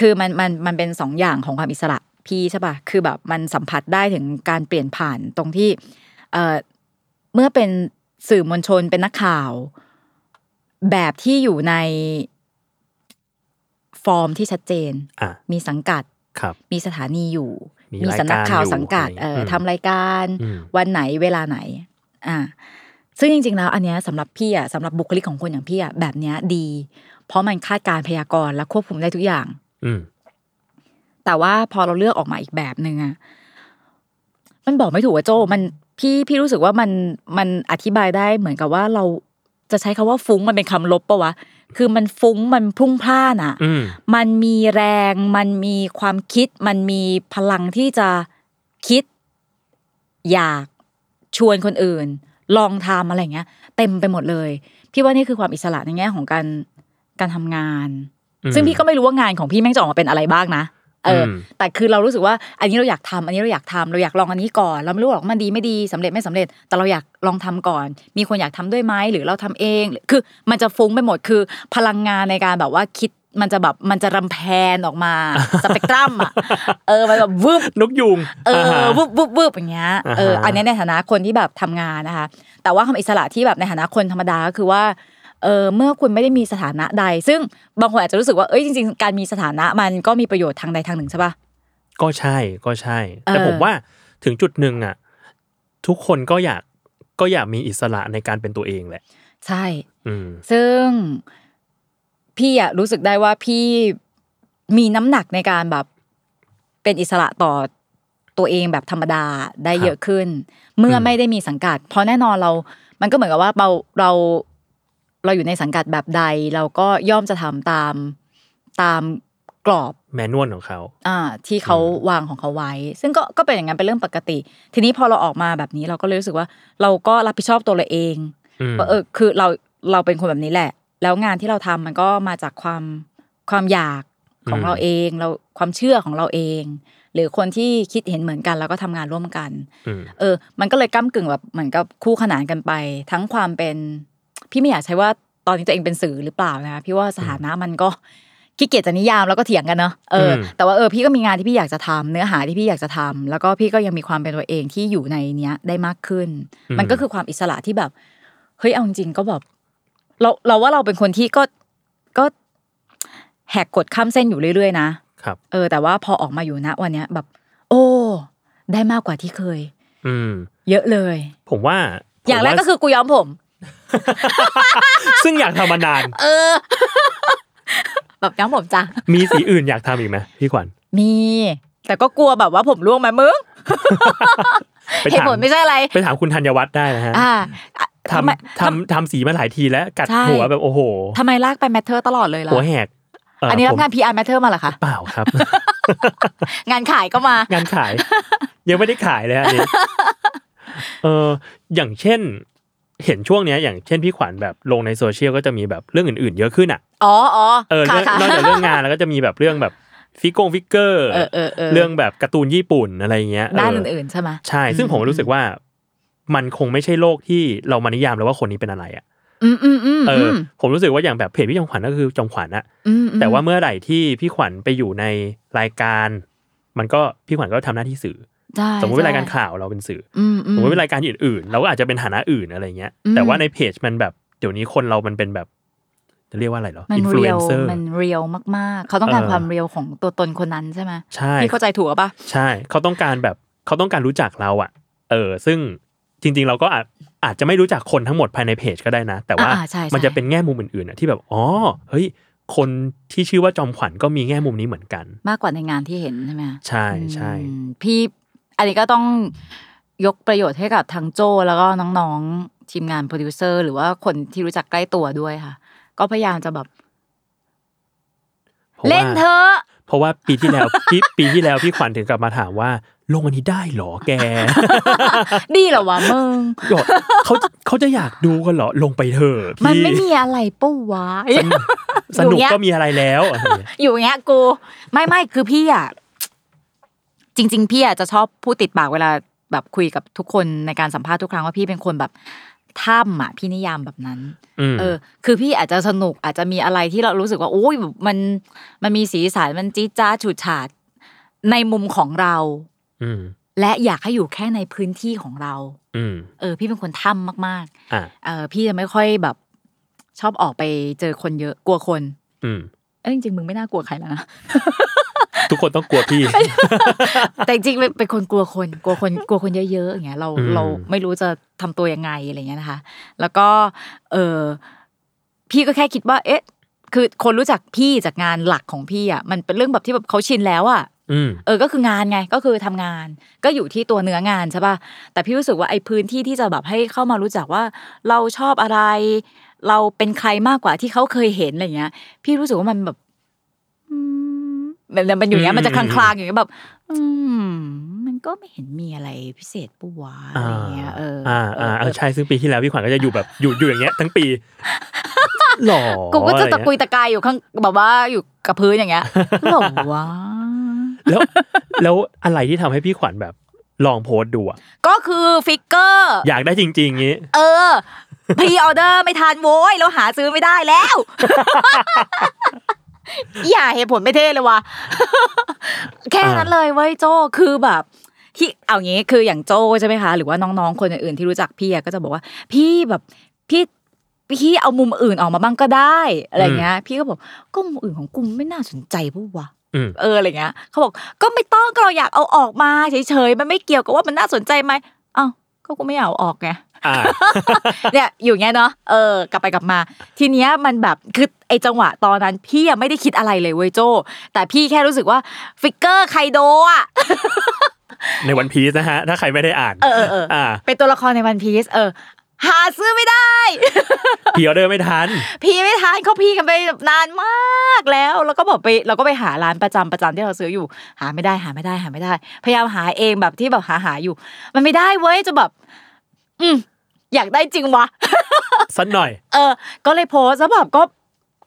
[SPEAKER 3] คือมันมันมันเป็นสองอย่างของความอิสระพี่ใช่ป่ะคือแบบมันสัมผัสได้ถึงการเปลี่ยนผ่านตรงที่เออเมื่อเป็นสื่อมวลชนเป็นนักข่าว แบบที่อยู่ในฟอร์มที่ชัดเจน
[SPEAKER 2] อ่ะ
[SPEAKER 3] มีสังกัด
[SPEAKER 2] ครับ
[SPEAKER 3] มีสถานีอยู่
[SPEAKER 2] มี
[SPEAKER 3] มีสำนักข่าวสังกัด
[SPEAKER 2] รายการอยู่
[SPEAKER 3] เอออ
[SPEAKER 2] ม
[SPEAKER 3] ทำรายการ
[SPEAKER 2] อืม
[SPEAKER 3] วันไหนเวลาไหน อ่า ซึ่งจริง ๆ แล้ว อันเนี้ยสำหรับพี่อ่ะสำหรับบุคลิกของคนอย่างพี่อ่ะแบบเนี้ยดี เพราะมันคาดการณ์พยากรณ์และควบคุมได้ทุกอย่าง
[SPEAKER 2] อืม
[SPEAKER 3] แต่ว่าพอเราเลือกออกมาอีกแบบหนึ่งอ่ะมันบอกไม่ถูกว่าโจมันพี่พี่รู้สึกว่ามันมันอธิบายได้เหมือนกับว่าเราจะใช้คำว่าฟุ้งมันเป็นคำลบปะวะคือมันฟุ้งมันพลุ่งพล่านอ่ะ
[SPEAKER 2] อืม
[SPEAKER 3] มันมีแรง มันมีความคิด มันมีพลังที่จะคิด อยากชวนคนอื่น ลองทำอะไรอย่างเงี้ย เต็มไปหมดเลย พี่ว่านี่คือความอิสระในแง่ของการการทำงาน
[SPEAKER 2] อืม
[SPEAKER 3] ซึ่งพี่ก็ไม่รู้ว่างานของพี่แม่งจะออกมาเป็นอะไรบ้างนะเอออ
[SPEAKER 2] ม
[SPEAKER 3] แต่คือเรารู้สึกว่าอันนี้เราอยากทำอันนี้เราอยากทำเราอยากลองอันนี้ก่อนเราไม่รู้หรอกว่ามันดีไม่ดีสำเร็จไม่สำเร็จ แต่เราอยากลองทำก่อน มีคนอยากทำด้วยไหมหรือเราทำเองหรือคือมันจะฟุ้งไปหมดคือ พลังงานในการแบบว่าคิดมันจะแบบมันจะรำแพนออกมา สเปกตรัมอ่ะเออมันแบบวืบ
[SPEAKER 2] นกยูง
[SPEAKER 3] เออ
[SPEAKER 2] ฮะ
[SPEAKER 3] วึบวึบวึบอย่างเงี้ยเออ
[SPEAKER 2] อ่าฮะ
[SPEAKER 3] อันเนี้ยในฐานะคนที่แบบทำงานนะคะ แต่ว่าคำอิสระที่แบบในฐานะคนธรรมดาก็คือว่าเออเมื่อคุณไม่ได้มีสถานะใด ซึ่งบางคนอาจจะรู้สึกว่าเอ้ยจริง ๆ การมีสถานะมันก็มีประโยชน์ทางใดทางหนึ่งใช่ป่ะ
[SPEAKER 2] ก็ใช่ก็ใช่ แต่
[SPEAKER 3] เออ
[SPEAKER 2] ผมว่า ถึงจุดหนึ่งอ่ะทุกคนก็อยากก็อยากมีอิสระในการเป็นตัวเองแหละ
[SPEAKER 3] ใช่
[SPEAKER 2] อืม
[SPEAKER 3] ซึ่งพี่อะรู้สึกได้ว่าพี่มีน้ำหนักในการแบบเป็นอิสระต่อตัวเองแบบธรรมดาได้เยอะขึ้น เมื่ออ
[SPEAKER 2] ม
[SPEAKER 3] ไม่ได้มีสังกัด เพราะแน่นอนเรา มันก็เหมือนกับว่าเราเราเราอยู่ในสังกัดแบบใด เราก็ย่อมจะทำตามตามกรอบ
[SPEAKER 2] แมนนวลของเขา
[SPEAKER 3] อ่าที่เขาวางของเขาไว้ ซึ่งก็ก็เป็นอย่างนั้นเป็นเรื่องปกติ ทีนี้พอเราออกมาแบบนี้เราก็เลยรู้สึกว่า เราก็รับผิดชอบตัวเราเอง
[SPEAKER 2] อืม
[SPEAKER 3] ว่าเออคือเราเราเป็นคนแบบนี้แหละ แล้วงานที่เราทำมันก็มาจากความความอยากของเราเอง เราความเชื่อของเราเอง หรือคนที่คิดเห็นเหมือนกันแล้วก็ทำงานร่วมกัน
[SPEAKER 2] ม
[SPEAKER 3] เออ มันก็เลยก้ากึ่งแบบเหมือนกับคู่ขนานกันไป ทั้งความเป็นพี่ไม่อยากใช้ว่าตอนนี้ตัวเองเป็นสื่อหรือเปล่านะพี่ว่าสถานะมันก็ขี้เกียจจะนิยามแล้วก็เถียงกันเนาะเอออ
[SPEAKER 2] ม
[SPEAKER 3] แต่ว่าเออพี่ก็มีงานที่พี่อยากจะทำเนื้อหาที่พี่อยากจะทำแล้วก็พี่ก็ยังมีความเป็นตัวเองที่อยู่ในเนี้ยได้มากขึ้น มันก็คือความอิสระที่แบบเฮ้ยเอาจริงๆก็แบบเราเราว่าเราเป็นคนที่ก็ก็แหกกฎข้ามเส้นอยู่เรื่อยๆนะ
[SPEAKER 2] ครับ
[SPEAKER 3] เออแต่ว่าพอออกมาอยู่ณวันเนี้ยแบบ โอ้ได้มากกว่าที่เคย
[SPEAKER 2] อืม
[SPEAKER 3] เยอะเลย
[SPEAKER 2] ผมว่า
[SPEAKER 3] อย่างแรก
[SPEAKER 2] ผ
[SPEAKER 3] ก็
[SPEAKER 2] มว่
[SPEAKER 3] คือกูย้อมผม
[SPEAKER 2] ซึ่งอยากทำมานาน
[SPEAKER 3] เออ แบบย้อมผมจ้ะ
[SPEAKER 2] มีสีอื่นอยากทำอีกไหมพี่ขวัญ
[SPEAKER 3] มี แต่ก็กลัวแบบว่าผมร่วงไหมมึง
[SPEAKER 2] ไป
[SPEAKER 3] เหตุ
[SPEAKER 2] ถาม
[SPEAKER 3] ผลไม่ใช่อะไร
[SPEAKER 2] ไปถามคุณธัญวัฒน์ได้นะฮะ
[SPEAKER 3] อ่าอ่ะ
[SPEAKER 2] ท
[SPEAKER 3] ทำไม
[SPEAKER 2] ำทำทำสีมาหลายทีแล้วกัด
[SPEAKER 3] ใช่
[SPEAKER 2] หัวแบบโอ้โห
[SPEAKER 3] ทำไมลากไปแมทเทอร์ตลอดเลยล่ะ
[SPEAKER 2] หัวแหกเ
[SPEAKER 3] อันนี้รับ
[SPEAKER 2] ผม
[SPEAKER 3] งาน PR แมทเทอร์มาเหรอคะ
[SPEAKER 2] เปล่าครับ
[SPEAKER 3] งานขายก็มา
[SPEAKER 2] งานขาย ยังไม่ได้ขายเลยฮะอัน นี่เอออย่างเช่น เห็นช่วงเนี้ย อย่างเช่นพี่ขวัญแบบลงในโซเชียลก็จะมีแบบเรื่องอื่น ๆ เยอะขึ้นอ่ะ
[SPEAKER 3] อ๋ออ๋อ
[SPEAKER 2] เออ
[SPEAKER 3] ค่ะ
[SPEAKER 2] เรื่องนอก
[SPEAKER 3] ค่ะ
[SPEAKER 2] จากเรื่องงานแล้วก็จะมีแบบเรื่องแบบฟิกกงฟิกเกอร์
[SPEAKER 3] เออเออเออ
[SPEAKER 2] เรื่องแบบการ์ตูนญี่ปุ่นอะไรอย่างเงี้ย
[SPEAKER 3] ด้าน
[SPEAKER 2] เออ
[SPEAKER 3] อื่นๆใช่ไหม
[SPEAKER 2] ใช่ ซึ่ง
[SPEAKER 3] อืม
[SPEAKER 2] ผมรู้สึกว่า มันคงไม่ใช่โลกที่เรามานิยามเลยว่าคนนี้เป็นอะไรอ่ะ
[SPEAKER 3] อืมอืมอืม
[SPEAKER 2] เออ
[SPEAKER 3] ม
[SPEAKER 2] ผมรู้สึกว่าอย่างแบบเพจพี่จอมขวัญก็คือจอมขวัญอะ
[SPEAKER 3] อืม
[SPEAKER 2] แต่ว่าเมื่อไหร่ที่พี่ขวัญไปอยู่ในรายการ มันก็พี่ขวัญก็ทำหน้าที่สื่อ
[SPEAKER 3] ใช่
[SPEAKER 2] สมมติเป็นรายการ
[SPEAKER 3] ใช่
[SPEAKER 2] ข่าวเราเป็นสื่อ
[SPEAKER 3] อืม
[SPEAKER 2] อ
[SPEAKER 3] อื
[SPEAKER 2] ส
[SPEAKER 3] ม
[SPEAKER 2] มมติเป็นรายการอื่นๆ เราก็อาจจะเป็นฐานะอื่นอะไรเงี้ย
[SPEAKER 3] อืม
[SPEAKER 2] แต่ว่าในเพจมันแบบเดี๋ยวนี้คนเรามันเป็นแบบจะเรียกว่าอะไรเหรอ
[SPEAKER 3] มัน
[SPEAKER 2] อินฟลู
[SPEAKER 3] เรี
[SPEAKER 2] เอน
[SPEAKER 3] ว
[SPEAKER 2] เซอร์
[SPEAKER 3] มันเรียวมากๆ เขาต้องการ
[SPEAKER 2] เออ
[SPEAKER 3] ความเรียวของตัวตนคนนั้นใช่ไหม
[SPEAKER 2] ใช่
[SPEAKER 3] พี่เข้าใจถูกหรือเปล่ะ
[SPEAKER 2] ใช่ เขาต้องการแบบเขาต้องการรู้จักเราอะเออ ซึ่งจริง ๆ เราก็อาจอาจจะไม่รู้จักคนทั้งหมดภายในเพจก็ได้นะ แต่ว่า
[SPEAKER 3] อ่าๆใช่ใช่
[SPEAKER 2] มันจะเป็นแง่มุมอื่นๆอะที่แบบอ๋อเฮ้ย คนที่ชื่อว่าจอมขวัญก็มีแง่มุมนี้เหมือนกัน
[SPEAKER 3] มากกว่าในงานที่เห็นใช่ไหมคะ
[SPEAKER 2] ใช่ใช่
[SPEAKER 3] อืมพี่อันนี้ก็ต้องยกประโยชน์ให้กับทางโจแล้วก็น้องๆทีมงานโปรดิวเซอร์ หรือว่าคนที่รู้จักใกล้ตัวด้วยค่ะ ก็พยายามจะแบบ
[SPEAKER 2] พราะ
[SPEAKER 3] เล่นเถ
[SPEAKER 2] ว่า
[SPEAKER 3] อะ
[SPEAKER 2] เพราะว่าปีที่แล้ว ปีปีที่แล้วพี่ขวัญถึงกลับมาถามว่า ลงอันนี้ได้เหรอแก
[SPEAKER 3] ดีเหรอวะมึง
[SPEAKER 2] บอกเขาเขาจะอยากดูกันเหรอลงไปเถอะพี่
[SPEAKER 3] มันไม่มีอะไรปุ๊ววะ
[SPEAKER 2] สนุกสนุก
[SPEAKER 3] อยู่เงี้ย
[SPEAKER 2] ก็มีอะไรแล้วอะไรเงี้ย
[SPEAKER 3] อยู่อย่างเงี้ยกูไม่ไม่คือพี่อ่ะจริง ๆ พี่อ่ะจะชอบพูดติดปากเวลาแบบคุยกับทุกคนในการสัมภาษณ์ทุกครั้งว่าพี่เป็นคนแบบถ้ำอ่ะพี่นิยามแบบนั้น
[SPEAKER 2] อืม
[SPEAKER 3] เออ คือพี่อาจจะสนุกอาจจะมีอะไรที่เรารู้สึกว่าโอ้ยมันมันมีสีสันมันจี๊ดจ้าดฉูดฉาดในมุมของเรา
[SPEAKER 2] อืม
[SPEAKER 3] และอยากให้อยู่แค่ในพื้นที่ของเรา
[SPEAKER 2] อืม
[SPEAKER 3] เออ พี่เป็นคนถ้ำมาก
[SPEAKER 2] อ่ะ
[SPEAKER 3] ๆ เออพี่จะไม่ค่อยแบบชอบออกไปเจอคนเยอะกลัวคน
[SPEAKER 2] อืม
[SPEAKER 3] เออจริงๆมึงไม่น่ากลัวใครแล้วนะ
[SPEAKER 2] ทุกคนต้องกลัวพี่
[SPEAKER 3] แต่จริงๆเป็นเป็นคนกลัวคนกลัวคนกลัวคนเยอะๆอย่างเงี้ยเรา
[SPEAKER 2] อืม
[SPEAKER 3] เราไม่รู้จะทำตัวยังไงอะไรเงี้ยนะคะ แล้วก็เออพี่ก็แค่คิดว่า เอ๊ะ คือคนรู้จักพี่จากงานหลักของพี่อ่ะมันเป็นเรื่องแบบที่แบบเขาชินแล้วอ่ะ
[SPEAKER 2] อืม
[SPEAKER 3] เออก็คืองานไงก็คือทำงาน ก็อยู่ที่ตัวเนื้องานใช่ป่ะแต่พี่รู้สึกว่าไอ้พื้นที่ที่จะแบบให้เข้ามารู้จักว่า เราชอบอะไร เราเป็นใครมากกว่าที่เขาเคยเห็นอะไรเงี้ย พี่รู้สึกว่ามันแบบอืมแบบมันอยู่อย่างเงี้ยมันจะคลางๆอย่างเงี้ยแบบ อืมมันก็ไม่เห็นมีอะไรพิเศษปุ๊วะอะไรเงี้ยเออ
[SPEAKER 2] อ่า
[SPEAKER 3] เ
[SPEAKER 2] อ่าเออใช่ซึ่งปีที่แล้วพี่ขวัญก็จะอยู่แบบอยู่อยู่อย่างเงี้ยทั้งปีหล่อ
[SPEAKER 3] กูก็จะ
[SPEAKER 2] ไรเงี้ย
[SPEAKER 3] ตะกุยตะกายอยู่ข้างแบบว่าอยู่กับพื้นอย่าง เงี้ยหรอวะ
[SPEAKER 2] แล้ว แล้วอะไรที่ทำให้พี่ขวัญแบบ ลองโพสต์ดูอะ
[SPEAKER 3] ก็คือฟิกเกอร์
[SPEAKER 2] อยากได้จริง ๆ งี้
[SPEAKER 3] เออพรีออเดอร์ไม่ทันโว้ยเราหาซื้อไม่ได้แล้ว อย่าเหตุผลไม่เท่เลยวะ แค่นั้นเลยเว้ยโจคือแบบที่เอางี้คืออย่างโจใช่ไหมคะ หรือว่าน้องๆคนอื่นๆที่รู้จักพี่อะก็จะบอกว่า พี่แบบพี่พี่เอามุมอื่นออกมาบ้างก็ได้อะไรเงี้ย พี่ก็บอกก็มุมอื่นของกูไม่น่าสนใจปุ๊วะ
[SPEAKER 2] อืม
[SPEAKER 3] เอออะไรเงี้ยเขาบอกก็ไม่ต้องก็เราอยากเอาออกมาเฉยๆมันไม่เกี่ยวกับว่ามันน่าสนใจไหมเอ้าก็กูไม่เอาออกไง
[SPEAKER 2] อ่า
[SPEAKER 3] เนี่ยอยู่ไงยเนาะเออกลับไปกลับมา ทีเนี้ยมันแบบคือไอจังหวะตอนนั้นพี่อะไม่ได้คิดอะไรเลยเว้ยโจ แต่พี่แค่รู้สึกว่าฟิกเกอร์ไคโดอะ
[SPEAKER 2] ในวันพีซนะฮะ ถ้าใครไม่ได้อ่าน
[SPEAKER 3] เออเออเอออ่
[SPEAKER 2] อ่า
[SPEAKER 3] เป็นตัวละครในวันพีซเออ หาซื้อไม่ได้
[SPEAKER 2] พีออเดอร์ไม่ทัน
[SPEAKER 3] พี่ไม่ทานเขาพี่กันไปนานมากแล้ว แล้วก็บอกไปเราก็ไปหาร้านประจำประจำที่เราซื้ออยู่ หาไม่ได้หาไม่ได้หาไม่ได้ พยายามหาเองแบบที่แบบหาหาอยู่ มันไม่ได้เว้ยจะแบบ อืมอยากได้จริงวะ
[SPEAKER 2] สักหน่อย
[SPEAKER 3] เออ ก็เลยโพสต์แล้วแบบก็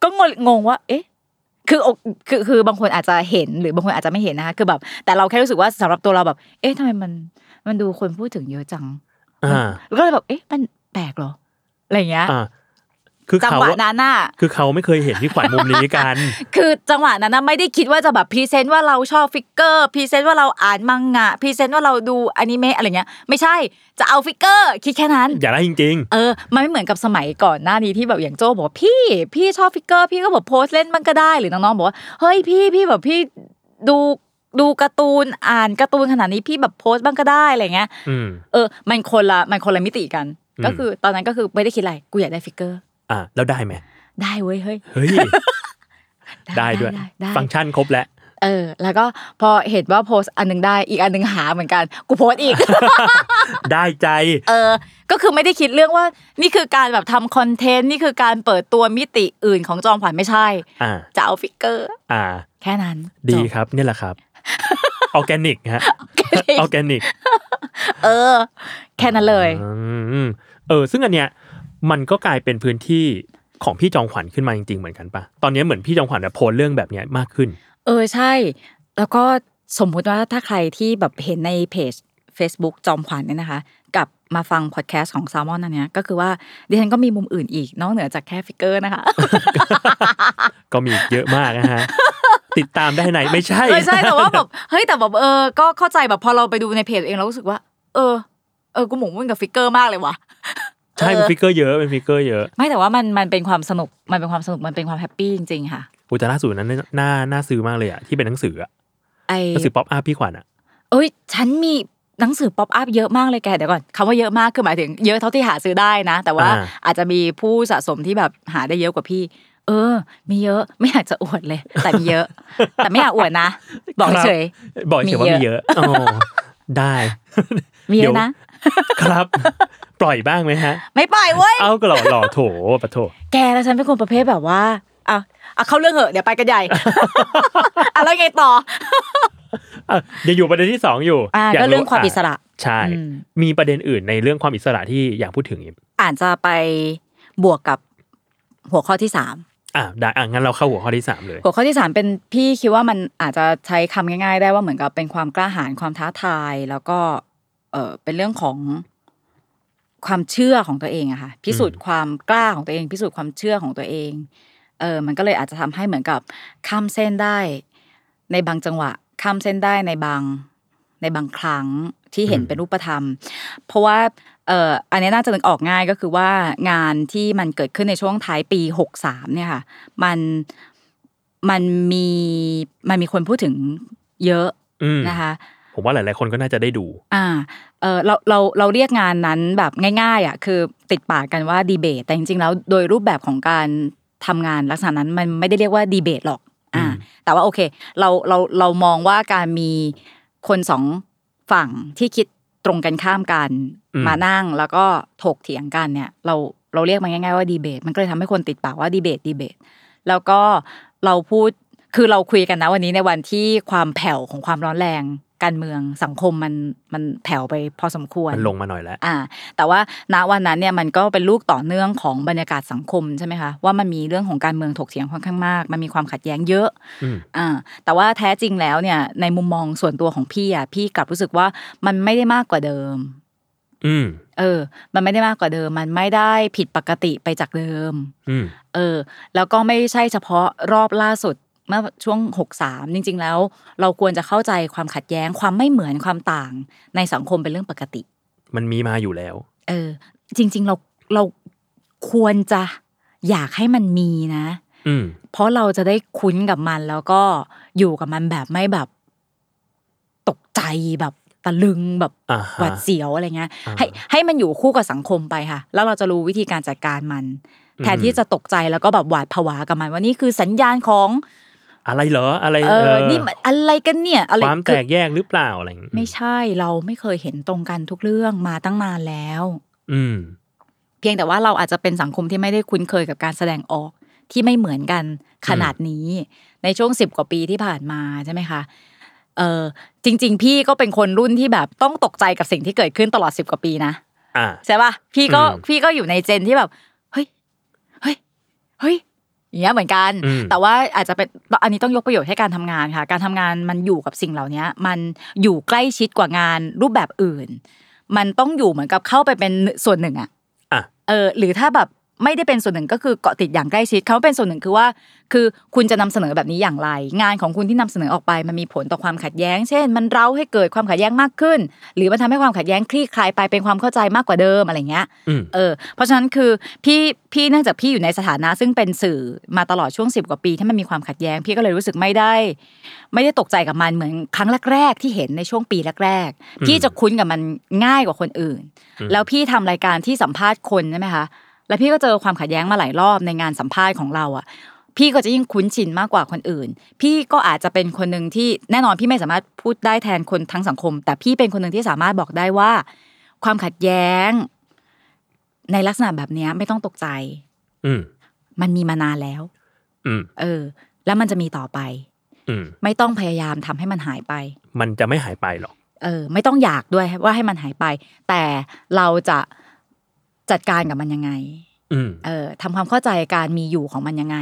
[SPEAKER 3] ก็งงงงว่า เอ๊ะ คืออกคือ คือบางคนอาจจะเห็นหรือบางคนอาจจะไม่เห็นนะคะ คือแบบ แต่เราแค่รู้สึกว่าสำหรับตัวเราแบบ เอ๊ะทำไมมัน มันดูคนพูดถึงเยอะจัง
[SPEAKER 2] อ่า
[SPEAKER 3] แล้วก็เลยแบบ เอ๊ะ มันแปลกเหรอ อะไรอย่างเงี้ย
[SPEAKER 2] อ่า คือ
[SPEAKER 3] จัง
[SPEAKER 2] เขา
[SPEAKER 3] หวะนั้นน่ะ
[SPEAKER 2] คือเขาไม่เคยเห็นที่ขวัญมุมนี้กัน
[SPEAKER 3] คือจังหวะนั้นนะไม่ได้คิดว่าจะแบบพรีเซนต์ว่าเราชอบฟิกเกอร์พรีเซนต์ว่าเราอ่านมังงะพรีเซนต์ว่าเราดูอนิเมะอะไรเงี้ย ไม่ใช่ จะเอาฟิกเกอร์คิดแค่นั้น
[SPEAKER 2] อย่าได้จริง
[SPEAKER 3] เออ มันไม่เหมือนกับสมัยก่อนหน้านี้ที่แบบอย่างโจบอกว่าพี่ พี่ชอบฟิกเกอร์ พี่ก็แบบโพสต์เล่นบ้างก็ได้หรือน้องๆบอกว่าเฮ้ยพี่พี่แบบพี่ดูดูการ์ตูนอ่านการ์ตูนขนาดนี้พี่แบบโพสต์บ้างก็ได้อะไรเงี้ย
[SPEAKER 2] ๆ อืม
[SPEAKER 3] เออมันคนละมันคนละมิติกัน
[SPEAKER 2] อืม
[SPEAKER 3] ก็คือตอนนั้นก็คือไม่ได้คิดอะไรกูอยากได้ฟิกเกอร์
[SPEAKER 2] อ่า แล้วได้ไหม
[SPEAKER 3] ได้เว้ยเฮ้ย
[SPEAKER 2] เฮ้ย ได้ด้วย
[SPEAKER 3] ได้
[SPEAKER 2] ฟังก์ชันครบแล้ว
[SPEAKER 3] เออ แล้วก็พอเห็นว่าโพสต์อันหนึงได้อีกอันหนึงหาเหมือนกัน กูโพสต์อีก
[SPEAKER 2] ได้ใจ
[SPEAKER 3] เออ ก็คือไม่ได้คิดเรื่องว่า นี่คือการแบบทำคอนเทนต์นี่คือการเปิดตัวมิติอื่นของจอมขวัญไม่ใช่
[SPEAKER 2] อ่า
[SPEAKER 3] จะเอาฟิกเกอร์
[SPEAKER 2] อ่า
[SPEAKER 3] แค่นั้น
[SPEAKER 2] ดี
[SPEAKER 3] จบ
[SPEAKER 2] ครับเนี่ยแหละ ครับ ออร์แกนิกฮะ ออร์แกนิก
[SPEAKER 3] เออ แค่นั้นเลย
[SPEAKER 2] อืมเออ ซึ่งอันเนี้ยมันก็กลายเป็นพื้นที่ของพี่จองขวัญขึ้นมาจริงๆเหมือนกันปะตอนเนี้ยเหมือนพี่จองขวัญแบบโพลเรื่องแบบเนี้ยมากขึ้น
[SPEAKER 3] เออใช่ แล้วก็สมมุติว่าถ้าใครที่แบบเห็นในเพจ Facebook จอมขวัญเนี่ยนะคะ กับมาฟังพอดแคสต์ของแซลมอนอันเนี้ยก็คือว่าดิฉันก็มีมุมอื่นอีกนอกเหนือจากแค่ฟิกเกอร์นะคะ
[SPEAKER 2] ก็มีเยอะมากนะฮะ ติดตามได้ในไม่ใช่
[SPEAKER 3] เออใช่แต่ว่าแบบเฮ้ยแต่แบบเออก็เข้าใจแบบพอเราไปดูในเพจเองเรารู้สึกว่า เออ เออกูหมกมุ่นกับฟิกเกอร์มากเลยว่ะ
[SPEAKER 2] ใช่เป็นฟิกเกอร์เยอะเป็นฟิกเกอร์เยอะ
[SPEAKER 3] ไม่แต่ว่ามันมันเป็นความสนุกมันเป็นความสนุกมันเป็นความแฮปปี้จริงๆค่ะ
[SPEAKER 2] อุยแต่ล่าสุดนั้นน่าน่าซื้อมากเลยอะที่เป็นหนังสืออะ
[SPEAKER 3] ไอ
[SPEAKER 2] หนังสือป๊อปอัพพี่ขวัญอะ
[SPEAKER 3] เอ้ยฉันมีหนังสือป๊อปอัพเยอะมากเลยแกเดี๋ยวก่อนคำว่าเยอะมากคือหมายถึงเยอะเท่าที่หาซื้อได้นะ แต่ว่าอาจจะมีผู้สะสมที่แบบหาได้เยอะกว่าพี่ เออ มีเยอะไม่อยากจะอวดเลย แต่มีเย อะ แต่ไม่อยากอวดนะ บอกเฉย
[SPEAKER 2] บอกเฉยว่า
[SPEAKER 3] มี
[SPEAKER 2] มี
[SPEAKER 3] เย
[SPEAKER 2] เย
[SPEAKER 3] อะ
[SPEAKER 2] อะอ๋อได้
[SPEAKER 3] ๆมีเย
[SPEAKER 2] เดี๋ยว
[SPEAKER 3] อะนะ
[SPEAKER 2] ครับ ปล่อยบ้างไหมฮะ
[SPEAKER 3] ไม่ปล่อยเว้ย
[SPEAKER 2] เอาก็หล่อหล่อโถปะโถ
[SPEAKER 3] แกแล้วฉันเป็นคนประเภทแบบว่าอ่ะอ่ะเข้าเรื่องเหอะเดี๋ยวไปกันใหญ่ อ่ะแล้วไงต่อ
[SPEAKER 2] อ่ะเดี๋ยวอยู่ประเด็นที่สองอยู่
[SPEAKER 3] อ่ะ
[SPEAKER 2] ย
[SPEAKER 3] ก็เรื่องความอิสระ
[SPEAKER 2] ใช่
[SPEAKER 3] อืม
[SPEAKER 2] มีประเด็นอื่นในเรื่องความอิสระที่อยากพูดถึงอีก
[SPEAKER 3] อาจจะไปบวกกับหัวข้อที่สาม
[SPEAKER 2] อ่ะได้อ่ะงั้นเราเข้าหัวข้อที่สามเลย
[SPEAKER 3] หัวข้อที่สามเป็นพี่คิดว่ามันอาจจะใช้คำง่าย ๆ ได้ว่าเหมือนกับเป็นความกล้าหาญความท้าทาย แล้วก็เออเป็นเรื่องของความเชื่อของตัวเองอะค่ะพิสูจน์ความกล้าของตัวเอง พิสูจน์ความเชื่อของตัวเองเออมันก็เลยอาจจะทำให้เหมือนกับข้ามเส้นได้ ในบางจังหวะข้ามเส้นได้ในบางในบางครั้งที่เห็นเป็นรูปธรรม เพราะว่าเอ่ออันนี้น่าจะนึกออกง่ายก็คือว่างานที่มันเกิดขึ้นในช่วงท้ายปี 63เนี่ยค่ะมันมันมีมันมีคนพูดถึงเยอะ
[SPEAKER 2] อืม
[SPEAKER 3] นะคะ
[SPEAKER 2] ผมว่าหลาย ๆ คนก็น่าจะได้ดู
[SPEAKER 3] อ่าเออเราเราเราเรียกงานนั้นแบบง่ายๆอ่ะคือติดปากกันว่าดีเบต แต่จริงๆแล้วโดยรูปแบบของการทำงานลักษณะนั้นมันไม่ได้เรียกว่าดีเบตหรอกอ่า
[SPEAKER 2] อืม
[SPEAKER 3] แต่ว่าโอเคเราเราเรามองว่าการมีคนสองฝั่งที่คิดตรงกันข้ามกัน
[SPEAKER 2] อืม
[SPEAKER 3] มานั่งแล้วก็ถกเถียงกันเนี่ย เราเราเรียกมันง่ายๆว่าดีเบต มันก็เลยทำให้คนติดปากว่าดีเบตดีเบต แล้วก็เราพูดคือเราคุยกันนะวันนี้ในวันที่ความแผ่วของความร้อนแรงการเมืองสังคมมันมันแผ่วไปพอสมควร
[SPEAKER 2] มันลงมาหน่อยแล้ว
[SPEAKER 3] อ่าแต่ว่าณวันนั้นเนี่ยมันก็เป็นลูกต่อเนื่องของบรรยากาศสังคมใช่ไหมคะว่ามันมีเรื่องของการเมืองถกเถียงค่อนข้างมาก มันมีความขัดแย้งเยอะ
[SPEAKER 2] อืม
[SPEAKER 3] อ่าแต่ว่าแท้จริงแล้วเนี่ยในมุมมองส่วนตัวของพี่อ่ะพี่กลับรู้สึกว่ามันไม่ได้มากกว่าเดิม
[SPEAKER 2] อืม
[SPEAKER 3] เออ มันไม่ได้มากกว่าเดิม มันไม่ได้ผิดปกติไปจากเดิม
[SPEAKER 2] อืม
[SPEAKER 3] เออ แล้วก็ไม่ใช่เฉพาะรอบล่าสุดเมื่อช่วง 63 จริง ๆ แล้ว เราควรจะเข้าใจความขัดแย้งความไม่เหมือนความต่างในสังคมเป็นเรื่องปกติ
[SPEAKER 2] มันมีมาอยู่แล้ว
[SPEAKER 3] เออ จริง ๆ เราเราควรจะอยากให้มันมีนะ
[SPEAKER 2] อืม
[SPEAKER 3] เพราะเราจะได้คุ้นกับมันแล้วก็อยู่กับมันแบบไม่แบบ ตกใจแบบตะลึงแบบ
[SPEAKER 2] อ่าฮะ
[SPEAKER 3] หวัดเสียวอะไรเงี้ย
[SPEAKER 2] อ่า
[SPEAKER 3] ให้ให้มันอยู่คู่กับสังคมไปค่ะ แล้วเราจะรู้วิธีการจัดการมัน
[SPEAKER 2] อืม
[SPEAKER 3] แทนที่จะตกใจแล้วก็แบบหวาดผวากับมันว่านี่คือสัญญาณของ
[SPEAKER 2] อะไรเหรออะไร
[SPEAKER 3] เอ
[SPEAKER 2] เอ
[SPEAKER 3] อ
[SPEAKER 2] อ
[SPEAKER 3] นี่มันอะไรกันเนี่ยอะไร
[SPEAKER 2] ความแต
[SPEAKER 3] คือ
[SPEAKER 2] กแยกหรือเปล่าอะไรอย่างงี้
[SPEAKER 3] ไม่ใช่เราไม่เคยเห็นตรงกันทุกเรื่องมาตั้งนานแล้ว
[SPEAKER 2] อืม
[SPEAKER 3] เพียงแต่ว่าเราอาจจะเป็นสังคมที่ไม่ได้คุ้นเคยกับการแสดงออกที่ไม่เหมือนกันขนาดนี้ ในช่วงสิบกว่าปีที่ผ่านมาใช่ไหมคะเออจริง ๆ พี่ก็เป็นคนรุ่นที่แบบต้องตกใจกับสิ่งที่เกิดขึ้นตลอดสิบกว่าปีนะ
[SPEAKER 2] อ่า
[SPEAKER 3] ใช่ปะพี่ก็
[SPEAKER 2] อืม
[SPEAKER 3] พี่ก็อยู่ในเจนที่แบบเฮ้ยเฮ้ยเฮ้ยอย่างเงี้ยเหมือนกัน
[SPEAKER 2] อืม
[SPEAKER 3] แต่ว่าอาจจะเป็นอันนี้ต้องยกประโยชน์ให้การทำงานค่ะ การทำงานมันอยู่กับสิ่งเหล่านี้มันอยู่ใกล้ชิดกว่างานรูปแบบอื่น มันต้องอยู่เหมือนกับเข้าไปเป็นส่วนหนึ่งอะ
[SPEAKER 2] อ่ะ
[SPEAKER 3] เออหรือถ้าแบบไม่ได้เป็นส่วนหนึ่งก็คือเกาะติดอย่างใกล้ชิดเขาเป็นส่วนหนึ่งคือว่า คือคุณจะนำเสนอแบบนี้อย่างไร งานของคุณที่นำเสนอออกไป มันมีผลต่อความขัดแย้ง เช่น มันเร้าให้เกิดความขัดแย้งมากขึ้น หรือมันทำให้ความขัดแย้งคลี่คลายไปเป็นความเข้าใจมากกว่าเดิมอะไรเงี้ย
[SPEAKER 2] อืม
[SPEAKER 3] เออเพราะฉะนั้นคือพี่พี่เนื่องจากพี่อยู่ในสถานะซึ่งเป็นสื่อมาตลอดช่วงสิบกว่าปีที่มันมีความขัดแย้ง พี่ก็เลยรู้สึกไม่ได้ ไม่ได้ตกใจกับมันเหมือนครั้งแรก ๆ ที่เห็นในช่วงปีแรกๆพี่จะคุ้นกับมันง่ายกว่าคนอื่น แล้วพี่ทำรายการที่สัมภาษณ์คนใช่ไหมคะ แล้วพี่ก็เจอความขัดแย้งมาหลายรอบในงานสัมภาษณ์ของเราอ่ะ พี่ก็จะยิ่งคุ้นชินมากกว่าคนอื่น พี่ก็อาจจะเป็นคนหนึ่งที่แน่นอนพี่ไม่สามารถพูดได้แทนคนทั้งสังคม แต่พี่เป็นคนหนึ่งที่สามารถบอกได้ว่า ความขัดแย้ง ในลักษณะแบบเนี้ยไม่ต้องตกใจ
[SPEAKER 2] อืม
[SPEAKER 3] มันมีมานานแล้ว
[SPEAKER 2] อืม
[SPEAKER 3] เออ แล้วมันจะมีต่อไป
[SPEAKER 2] อืม
[SPEAKER 3] ไม่ต้องพยายามทำให้มันหายไป
[SPEAKER 2] มันจะไม่หายไปหรอก
[SPEAKER 3] เออไม่ต้องอยากด้วยว่าให้มันหายไป แต่เราจะจัดการกับมันยังไง
[SPEAKER 2] อืม
[SPEAKER 3] เออทำความเข้าใจการมีอยู่ของมันยังไง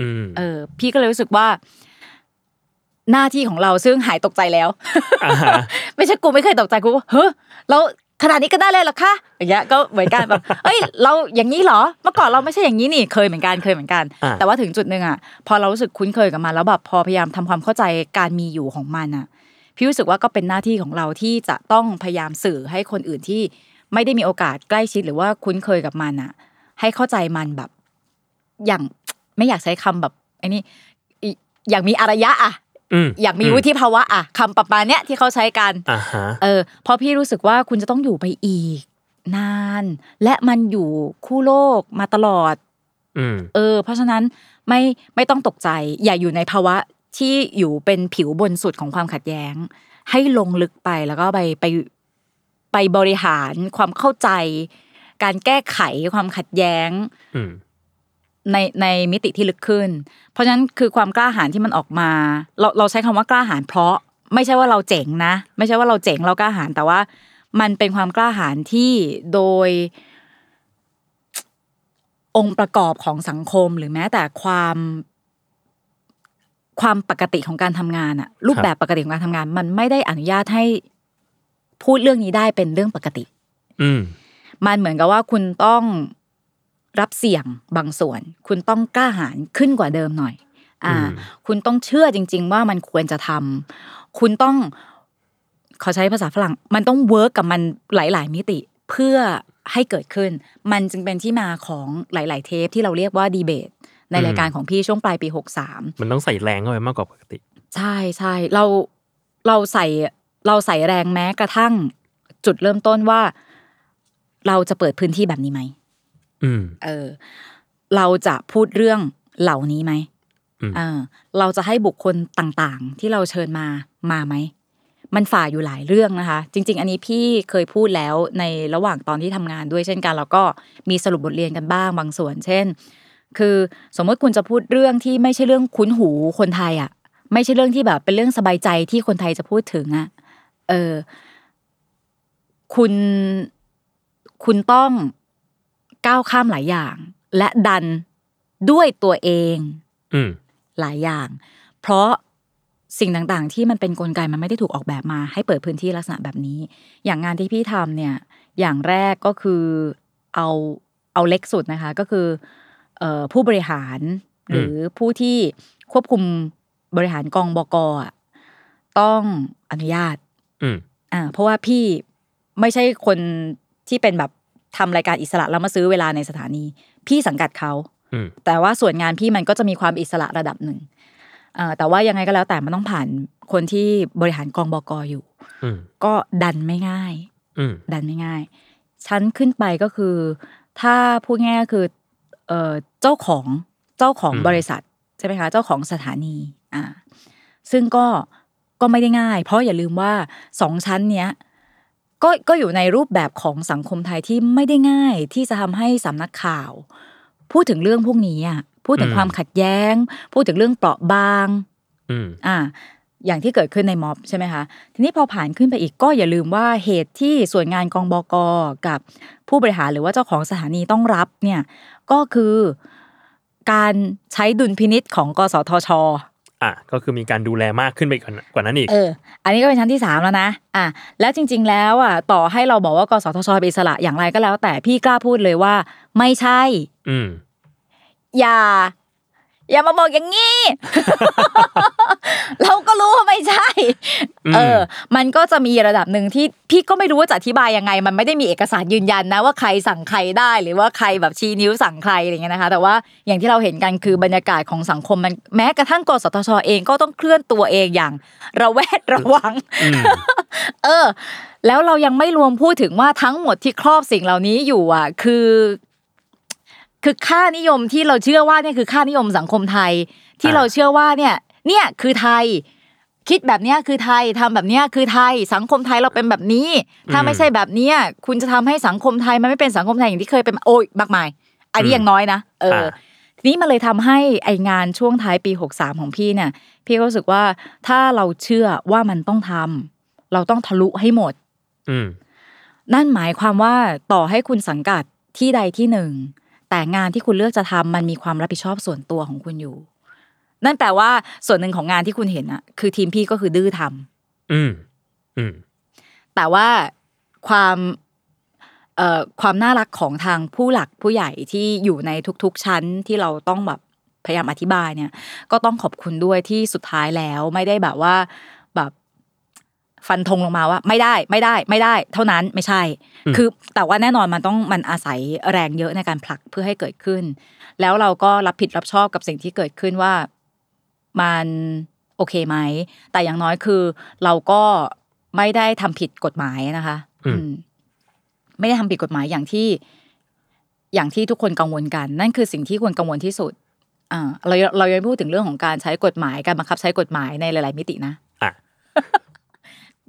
[SPEAKER 2] อืม
[SPEAKER 3] เออ พี่ก็เลยรู้สึกว่า หน้าที่ของเราซึ่งหายตกใจแล้ว
[SPEAKER 2] าฮะ
[SPEAKER 3] ไม่ใช่กูไม่เคยตกใจกูว่าเฮ้ยเราขนาดนี้ก็ได้เลยเหรอคะอย่างเงี้ยก็เหมือนกันแบบ เอ้ย เราอย่างนี้เหรอ เมื่อก่อนเราไม่ใช่อย่างนี้นี่เคยเหมือนกันเคยเหมือนกัน
[SPEAKER 2] อ่า
[SPEAKER 3] แต่ว่าถึงจุดหนึ่งอ่ะ พอเรารู้สึกคุ้นเคยกับมันแล้วแบบพอพยายามทำความเข้าใจการมีอยู่ของมันอ่ะ พี่รู้สึกว่าก็เป็นหน้าที่ของเราที่จะต้องพยายามสื่อให้คนอื่นที่ไม่ได้มีโอกาสใกล้ชิดหรือว่าคุ้นเคยกับมันอ่ะ ให้เข้าใจมันแบบ อย่าง ไม่อยากใช้คำแบบไอ้นี่อีอย่างมีอารยะอ่ะ
[SPEAKER 2] อืม
[SPEAKER 3] อย่างมีวุฒิภาวะอ่ะคำประมาณเนี้ยที่เขาใช้กัน
[SPEAKER 2] อ่าฮะ
[SPEAKER 3] เออเพราะพี่รู้สึกว่าคุณจะต้องอยู่ไปอีก นาน และมันอยู่คู่โลกมาตลอด
[SPEAKER 2] อืม
[SPEAKER 3] เออ เพราะฉะนั้นไม่ไม่ต้องตกใจ อย่าอยู่ในภาวะที่อยู่เป็นผิวบนสุดของความขัดแย้ง ให้ลงลึกไปแล้วก็ไปไปไปบริหารความเข้าใจ การแก้ไขความขัดแย้ง
[SPEAKER 2] อืม
[SPEAKER 3] ในในมิติที่ลึกขึ้น เพราะฉะนั้นคือความกล้าหาญที่มันออกมา เราเราใช้คำว่ากล้าหาญเพราะไม่ใช่ว่าเราเจ๋งนะ ไม่ใช่ว่าเราเจ๋งเรากล้าหาญแต่ว่า มันเป็นความกล้าหาญที่โดย องค์ประกอบของสังคมหรือแม้แต่ความความปกติของการทำงานอะรูปแบบปกติของการทำงาน มันไม่ได้อนุญาตให้พูดเรื่องนี้ได้เป็นเรื่องปกติ
[SPEAKER 2] อืม
[SPEAKER 3] มันเหมือนกับว่าคุณต้องรับเสี่ยงบางส่วน คุณต้องกล้าหาญขึ้นกว่าเดิมหน่อย อ่า
[SPEAKER 2] อืม
[SPEAKER 3] คุณต้องเชื่อจริง ๆ ว่ามันควรจะทำคุณต้องขอใช้ภาษาฝรั่ง มันต้องเวิร์กกับมันหลาย ๆ มิติเพื่อให้เกิดขึ้น มันจึงเป็นที่มาของหลาย ๆ เทปที่เราเรียกว่าดีเบต ในรายการของพี่ช่วงปลายปี 63
[SPEAKER 2] มันต้องใส่แรงเข้าไปมากกว่าปกติ
[SPEAKER 3] ใช่ใช่เราเราใส่เราใส่แรงแม้กระทั่งจุดเริ่มต้นว่า เราจะเปิดพื้นที่แบบนี้ไหม
[SPEAKER 2] อืม
[SPEAKER 3] เออ เราจะพูดเรื่องเหล่านี้ไหม
[SPEAKER 2] อืม
[SPEAKER 3] เออ เราจะให้บุคคลต่างๆ ที่เราเชิญมามาไหมมันฝ่าอยู่หลายเรื่องนะคะ จริง ๆ อันนี้พี่เคยพูดแล้วในระหว่างตอนที่ทำงานด้วยเช่นกัน แล้วก็มีสรุปบทเรียนกันบ้างบางส่วน เช่น คือสมมติคุณจะพูดเรื่องที่ไม่ใช่เรื่องคุ้นหูคนไทยอ่ะ ไม่ใช่เรื่องที่แบบเป็นเรื่องสบายใจที่คนไทยจะพูดถึงอะเออ คุณ คุณต้องก้าวข้ามหลายอย่าง และดันด้วยตัวเอง
[SPEAKER 2] อืม
[SPEAKER 3] หลายอย่าง เพราะสิ่งต่างๆ ที่มันเป็นนกลไกมันไม่ได้ถูกออกแบบมา ให้เปิดพื้นที่ลักษณะแบบนี้ อย่างงานที่พี่ทำเนี่ย อย่างแรกก็คือเอาเอาเล็กสุดนะคะ ก็คือเอ่อผู้บริหารหรืออผู้ที่ควบคุมบริหารกองบกอะต้องอนุญาต
[SPEAKER 2] อืม
[SPEAKER 3] อ่าเพราะว่าพี่ไม่ใช่คนที่เป็นแบบทำรายการอิสระแล้วมาซื้อเวลาในสถานี พี่สังกัดเขา
[SPEAKER 2] อืม
[SPEAKER 3] แต่ว่าส่วนงานพี่มันก็จะมีความอิสระระดับหนึ่งเอ่อแต่ว่ายังไงก็แล้วแต่มันต้องผ่านคนที่บริหารกองบกอยู่
[SPEAKER 2] อืม
[SPEAKER 3] ก็ดันไม่ง่าย
[SPEAKER 2] อืม
[SPEAKER 3] ดันไม่ง่าย ชั้นขึ้นไปก็คือ ถ้าพูดง่ายๆคือเอ่อเจ้าของเจ้าของบริษัทใช่ไหมคะเจ้าของสถานีอ่าซึ่งก็ก็ไม่ได้ง่าย เพราะอย่าลืมว่าสองชั้นเนี้ยก็ก็อยู่ในรูปแบบของสังคมไทยที่ไม่ได้ง่ายที่จะทำให้สำนักข่าว พูดถึงเรื่องพวกนี้อ่ะพูดถึงความขัดแย้ง พูดถึงเรื่องเปราะบาง
[SPEAKER 2] อืม
[SPEAKER 3] อ่าอย่างที่เกิดขึ้นในม็อบใช่ไหมคะ ทีนี้พอผ่านขึ้นไปอีกก็อย่าลืมว่าเหตุที่ส่วนงานกองบกกับผู้บริหารหรือว่าเจ้าของสถานีต้องรับเนี่ยก็คือการใช้ดุลพินิษของกสทช
[SPEAKER 2] อ่ะก็คือมีการดูแลมากขึ้นไปกว่ากว่านั้นอีก
[SPEAKER 3] เออ อันนี้ก็เป็นชั้นที่สามแล้วนะ อ่ะ แล้วจริง ๆ แล้วอ่ะ ต่อให้เราบอกว่ากสทชเป็นอิสระอย่างไรก็แล้ว แต่พี่กล้าพูดเลยว่า ไม่ใช่
[SPEAKER 2] อืม
[SPEAKER 3] อย่า อย่ามาบอกอย่าง นี้ เราก็รู้ว่าไม่ใช่
[SPEAKER 2] อืม
[SPEAKER 3] เออ มันก็จะมีระดับหนึ่งที่พี่ก็ไม่รู้ว่าจะอธิบายยังไง มันไม่ได้มีเอกสารยืนยันนะว่าใครสั่งใครได้หรือว่าใครแบบชี้นิ้วสั่งใครอะไรเงี้ยนะคะ แต่ว่าอย่างที่เราเห็นกันคือบรรยากาศของสังคมมันแม้กระทั่งกสทชเองก็ต้องเคลื่อนตัวเองอย่าง ระแวดระวัง
[SPEAKER 2] อืม
[SPEAKER 3] เออ แล้วเรายังไม่รวมพูดถึงว่าทั้งหมดที่ครอบสิ่งเหล่านี้อยู่อ่ะ คือ คือค่านิยมที่เราเชื่อว่าเนี่ยคือค่านิยมสังคมไทย ที่
[SPEAKER 2] อ่า
[SPEAKER 3] เราเชื่อว่าเนี่ย เนี่ยคือไทย คิดแบบเนี้ยคือไทยทำแบบเนี้ยคือไทย สังคมไทยเราเป็นแบบนี้ ถ้าไม่ใช่แบบเนี้ยคุณจะทำให้สังคมไทยมันไม่เป็นสังคมไทยอย่างที่เคยเป็นมาโอ้ยมากมาย อันนี้ยังน้อยนะเอออ ทีนี้มันเลยทำให้ไองานช่วงท้ายปี 63 ของพี่เนี่ย พี่ก็รู้สึกว่าถ้าเราเชื่อว่ามันต้องทำเราต้องทะลุให้หมด
[SPEAKER 2] อืม
[SPEAKER 3] นั่นหมายความว่าต่อให้คุณสังกัดที่ใดที่หนึ่ง แต่งานที่คุณเลือกจะทำมันมีความรับผิดชอบส่วนตัวของคุณอยู่ นั่นแปลว่าส่วนหนึ่งของงานที่คุณเห็นอะคือทีมพี่ก็คือดื้อทำ
[SPEAKER 2] อืมอืม
[SPEAKER 3] แต่ว่าความเอ่อความน่ารักของทางผู้หลักผู้ใหญ่ที่อยู่ในทุกๆชั้นที่เราต้องแบบพยายามอธิบายเนี่ย ก็ต้องขอบคุณด้วยที่สุดท้ายแล้วไม่ได้แบบว่าแบบฟันธงลงมาว่า ไม่ได้ไม่ได้ไม่ได้ เท่านั้นไม่ใช่
[SPEAKER 2] อืม
[SPEAKER 3] คือแต่ว่าแน่นอนมันต้องมันอาศัยแรงเยอะในการผลักเพื่อให้เกิดขึ้น แล้วเราก็รับผิดรับชอบกับสิ่งที่เกิดขึ้นว่ามันโอเคไหม แต่อย่างน้อยคือ เราก็ไม่ได้ทำผิดกฎหมายนะคะ
[SPEAKER 2] อืม
[SPEAKER 3] อืมไม่ได้ทำผิดกฎหมายอย่างที่ อย่างที่ทุกคนกังวลกัน นั่นคือสิ่งที่ควรกังวลที่สุดอ่าเราเรายังไม่พูดถึงเรื่องของการใช้กฎหมายการบังคับใช้กฎหมายในหลาย ๆ มิตินะ
[SPEAKER 2] อ่ะ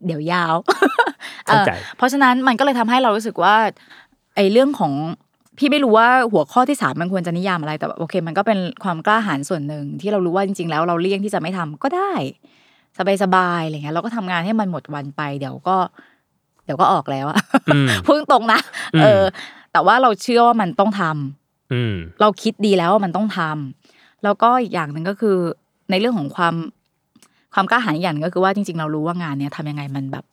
[SPEAKER 3] เดี๋ยวยาว
[SPEAKER 2] เข้าใจ
[SPEAKER 3] เพราะฉะนั้นมันก็เลยทำให้เรารู้สึกว่าไอ้เรื่องของพี่ไม่รู้ว่าหัวข้อที่สามมันควรจะนิยามอะไรแต่ว่าโอเค มันก็เป็นความกล้าหาญส่วนหนึ่งที่เรารู้ว่าจริง ๆ แล้วเราเลี่ยงที่จะไม่ทำก็ได้ สบายๆอะไรเงี้ยเราก็ทำงานให้มันหมดวันไป เดี๋ยวก็ เดี๋ยวก็ออกแล้วอะ
[SPEAKER 2] อืม
[SPEAKER 3] พูดตรงๆนะ
[SPEAKER 2] อืม
[SPEAKER 3] เออ แต่ว่าเราเชื่อว่ามันต้องทำ
[SPEAKER 2] อืม
[SPEAKER 3] เราคิดดีแล้วว่ามันต้องทำแล้วก็อีกอย่างหนึ่งก็คือ ในเรื่องของความความกล้าหาญอย่างหนึ่งก็คือว่าจริง ๆ เรารู้ว่างานเนี้ยทำยังไงมันแบบ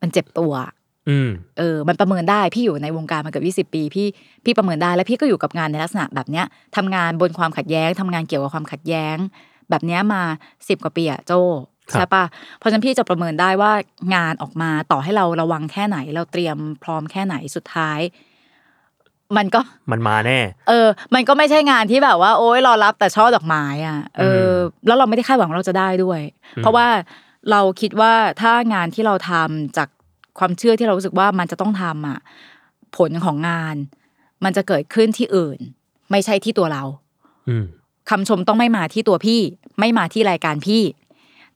[SPEAKER 3] มันเจ็บตัว
[SPEAKER 2] อืม
[SPEAKER 3] เออ มันประเมินได้ พี่อยู่ในวงการมาเกือบ20 ปี พี่ พี่ประเมินได้ แล้วพี่ก็อยู่กับงานในลักษณะแบบเนี้ยทำงานบนความขัดแย้งทำงานเกี่ยวกับความขัดแย้ง แบบเนี้ยมา 10 กว่าปีอะโจ
[SPEAKER 2] ครับ
[SPEAKER 3] ใช่ปะเพราะฉะนั้นพี่จะประเมินได้ว่างานออกมาต่อให้เราระวังแค่ไหน เราเตรียมพร้อมแค่ไหนสุดท้าย มันก็
[SPEAKER 2] มันมาแน่
[SPEAKER 3] เออ มันก็ไม่ใช่งานที่แบบว่า โอ๊ยรอรับแต่ช่อดอกไม้อ่ะ เออ
[SPEAKER 2] ม
[SPEAKER 3] แล้วเราไม่ได้คาดหวังว่าเราจะได้ด้วย
[SPEAKER 2] อืม
[SPEAKER 3] เพราะว่าเราคิดว่าถ้างานที่เราทำจากความเชื่อที่เรารู้สึกว่ามันจะต้องทำอ่ะ ผลของงาน มันจะเกิดขึ้นที่อื่น ไม่ใช่ที่ตัวเรา
[SPEAKER 2] อืม
[SPEAKER 3] คำชมต้องไม่มาที่ตัวพี่ ไม่มาที่รายการพี่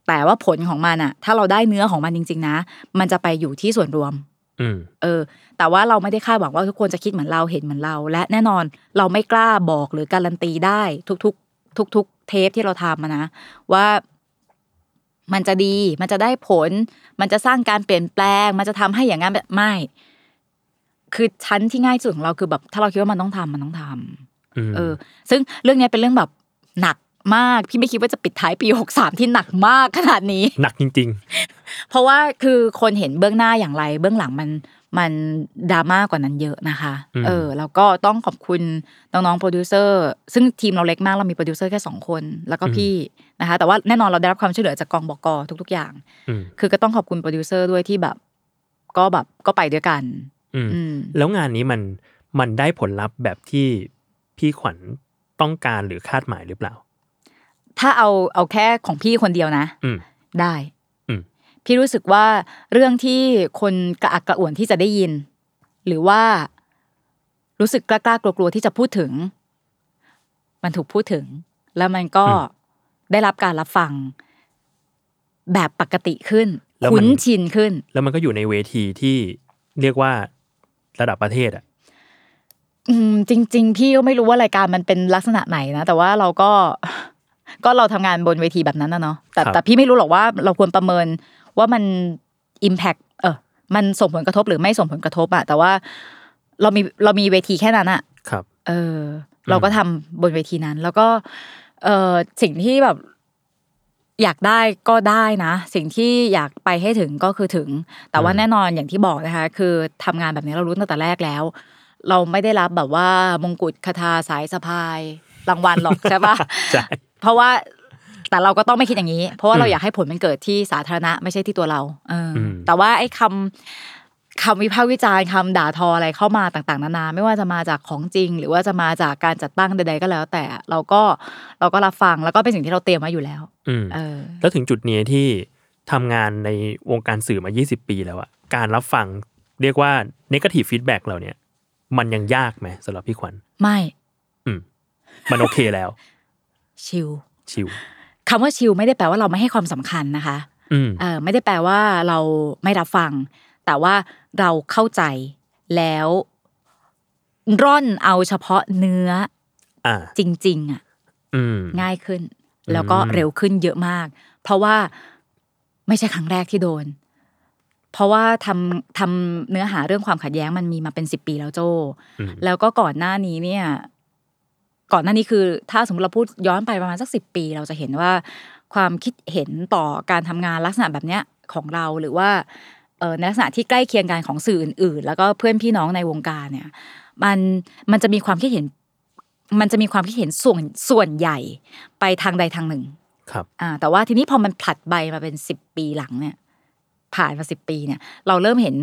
[SPEAKER 3] แต่ว่าผลของมันอ่ะ ถ้าเราได้เนื้อของมันจริง ๆ นะ มันจะไปอยู่ที่ส่วนรวม
[SPEAKER 2] อืม
[SPEAKER 3] เออแต่ว่าเราไม่ได้คาดหวังว่าทุกคนจะคิดเหมือนเราเห็นเหมือนเรา และแน่นอนเราไม่กล้าบอกหรือการันตีได้ ทุกๆ ทุก ๆ เทปที่เราทำอะนะว่ามันจะดีมันจะได้ผล มันจะสร้างการเปลี่ยนแปลง มันจะทำให้อย่างนั้นแบบไม่ คือชั้นที่ง่ายสุดของเราคือแบบ ถ้าเราคิดว่ามันต้องทำมันต้องทำ
[SPEAKER 2] อืม
[SPEAKER 3] เออ ซึ่งเรื่องเนี้ยเป็นเรื่องแบบหนักมาก พี่ไม่คิดว่าจะปิดท้ายปีหกสามที่หนักมากขนาดนี้
[SPEAKER 2] หนักจริง
[SPEAKER 3] เพราะว่าคือคนเห็นเบื้องหน้าอย่างไร เบื้องหลังมันมันดราม่ากว่านั้นเยอะนะคะ
[SPEAKER 2] อืม
[SPEAKER 3] เออ แล้วก็ต้องขอบคุณน้องๆโปรดิวเซอร์ซึ่งทีมเราเล็กมากเรามีโปรดิวเซอร์แค่สองคน แล้วก็พี่นะคะ แต่ว่าแน่นอนเราได้รับความช่วยเหลือจากกองบกทุก ๆ อย่าง
[SPEAKER 2] ๆ อืม
[SPEAKER 3] คือก็ต้องขอบคุณโปรดิวเซอร์ด้วยที่แบบ ก็แบบก็ไปด้วยกัน
[SPEAKER 2] อืม
[SPEAKER 3] อืม
[SPEAKER 2] แล้วงานนี้มันมันได้ผลลัพธ์แบบที่ พี่ขวัญต้องการหรือคาดหมายหรือเปล่า
[SPEAKER 3] ถ้าเอาเอาแค่ของพี่คนเดียวนะ
[SPEAKER 2] อืม
[SPEAKER 3] ได้
[SPEAKER 2] อืม
[SPEAKER 3] พี่รู้สึกว่าเรื่องที่คนกระอักกระอ่วนที่จะได้ยิน หรือว่ารู้สึกกล้ากล้ากลัวกลัวๆที่จะพูดถึง มันถูกพูดถึง แล้วมันก็ได้รับการรับฟัง แบบปกติขึ้น
[SPEAKER 2] แล้วมัน
[SPEAKER 3] คุ้นชินขึ้น
[SPEAKER 2] แล้วมันก็อยู่ในเวทีที่เรียกว่าระดับประเทศอ่ะ
[SPEAKER 3] อืมจริง ๆ พี่ก็ไม่รู้ว่ารายการมันเป็นลักษณะไหนนะ แต่ว่าเราก็ ก็เราทำงานบนเวทีแบบนั้นนะเนาะแต่
[SPEAKER 2] ครับ
[SPEAKER 3] แต่พี่ไม่รู้หรอกว่าเราควรประเมินว่ามัน Impact เออมันส่งผลกระทบหรือไม่ส่งผลกระทบอะแต่ว่าเรามีเรามีเวทีแค่นั้นอะ
[SPEAKER 2] ครับ
[SPEAKER 3] เออ เราก็ทำบนเวทีนั้น แล้วก็ เออสิ่งที่แบบ อยากได้ก็ได้นะ สิ่งที่อยากไปให้ถึงก็คือถึง แต่ว่า
[SPEAKER 2] อืม
[SPEAKER 3] แน่นอนอย่างที่บอกนะคะ คือทำงานแบบนี้เรารู้ตั้งแต่แรกแล้ว เราไม่ได้รับแบบว่ามงกุฎคาถาสายสะพายรางวัลหรอก ใช่ปะ
[SPEAKER 2] ใช่
[SPEAKER 3] เพราะว่าแต่เราก็ต้องไม่คิดอย่างนี้ เพราะว่า
[SPEAKER 2] อืม
[SPEAKER 3] เราอยากให้ผลมันเกิดที่สาธารณะไม่ใช่ที่ตัวเราเอออ
[SPEAKER 2] ม
[SPEAKER 3] แต่ว่าไอ้คำคำวิพากษ์วิจารณ์คำด่าทออะไรเข้ามาต่างๆ นานา ไม่ว่าจะมาจากของจริง หรือว่าจะมาจากการจัดตั้งใดๆก็แล้ว แต่เราก็เราก็รับฟังแล้วก็เป็นสิ่งที่เราเตรียมไว้อยู่แล้ว
[SPEAKER 2] อืม
[SPEAKER 3] เออ
[SPEAKER 2] แล้วถึงจุดนี้ที่ทำงานในวงการสื่อมา 20 ปีแล้วอะการรับฟังเรียกว่าเนกาทีฟฟีดแบ็กเราเนี่ย มันยังยากไหมสำหรับพี่ขวัญ
[SPEAKER 3] ไม่
[SPEAKER 2] อืม มันโอเค แล้ว
[SPEAKER 3] ชิล
[SPEAKER 2] ชิว
[SPEAKER 3] คำว่าชิลไม่ได้แปลว่าเราไม่ให้ความสำคัญนะคะ
[SPEAKER 2] อืม
[SPEAKER 3] เออไม่ได้แปลว่าเราไม่รับฟัง แต่ว่าเราเข้าใจแล้ว ร่อนเอาเฉพาะเนื้อ
[SPEAKER 2] อ่า
[SPEAKER 3] จริง ๆอ่ะ
[SPEAKER 2] อืม
[SPEAKER 3] ง่ายขึ้น แล้วก็
[SPEAKER 2] อืม
[SPEAKER 3] เร็วขึ้นเยอะมาก เพราะว่าไม่ใช่ครั้งแรกที่โดน เพราะว่าทำทำเนื้อหาเรื่องความขัดแย้งมันมีมาเป็นสิบปีแล้วโจ
[SPEAKER 2] อืม
[SPEAKER 3] แล้วก็ก่อนหน้านี้เนี่ย ก่อนหน้านี้คือถ้าสมมติเราพูดย้อนไปประมาณสักสิปี เราจะเห็นว่าความคิดเห็นต่อการทำงานลักษณะแบบเนี้ยของเราหรือว่าเอ่อในลักษณะที่ใกล้เคียงกันของสื่ออื่น ๆ แล้วก็เพื่อนพี่น้องในวงการเนี่ย มันมันจะมีความคิดเห็น มันจะมีความคิดเห็นส่วนส่วนใหญ่ไปทางใดทางหนึ่ง
[SPEAKER 2] ครับ
[SPEAKER 3] อ่าแต่ว่าทีนี้พอมันผลัดใบมาเป็นสิบปีหลังเนี่ย ผ่านมาสิบปีเนี่ย เราเริ่มเห็น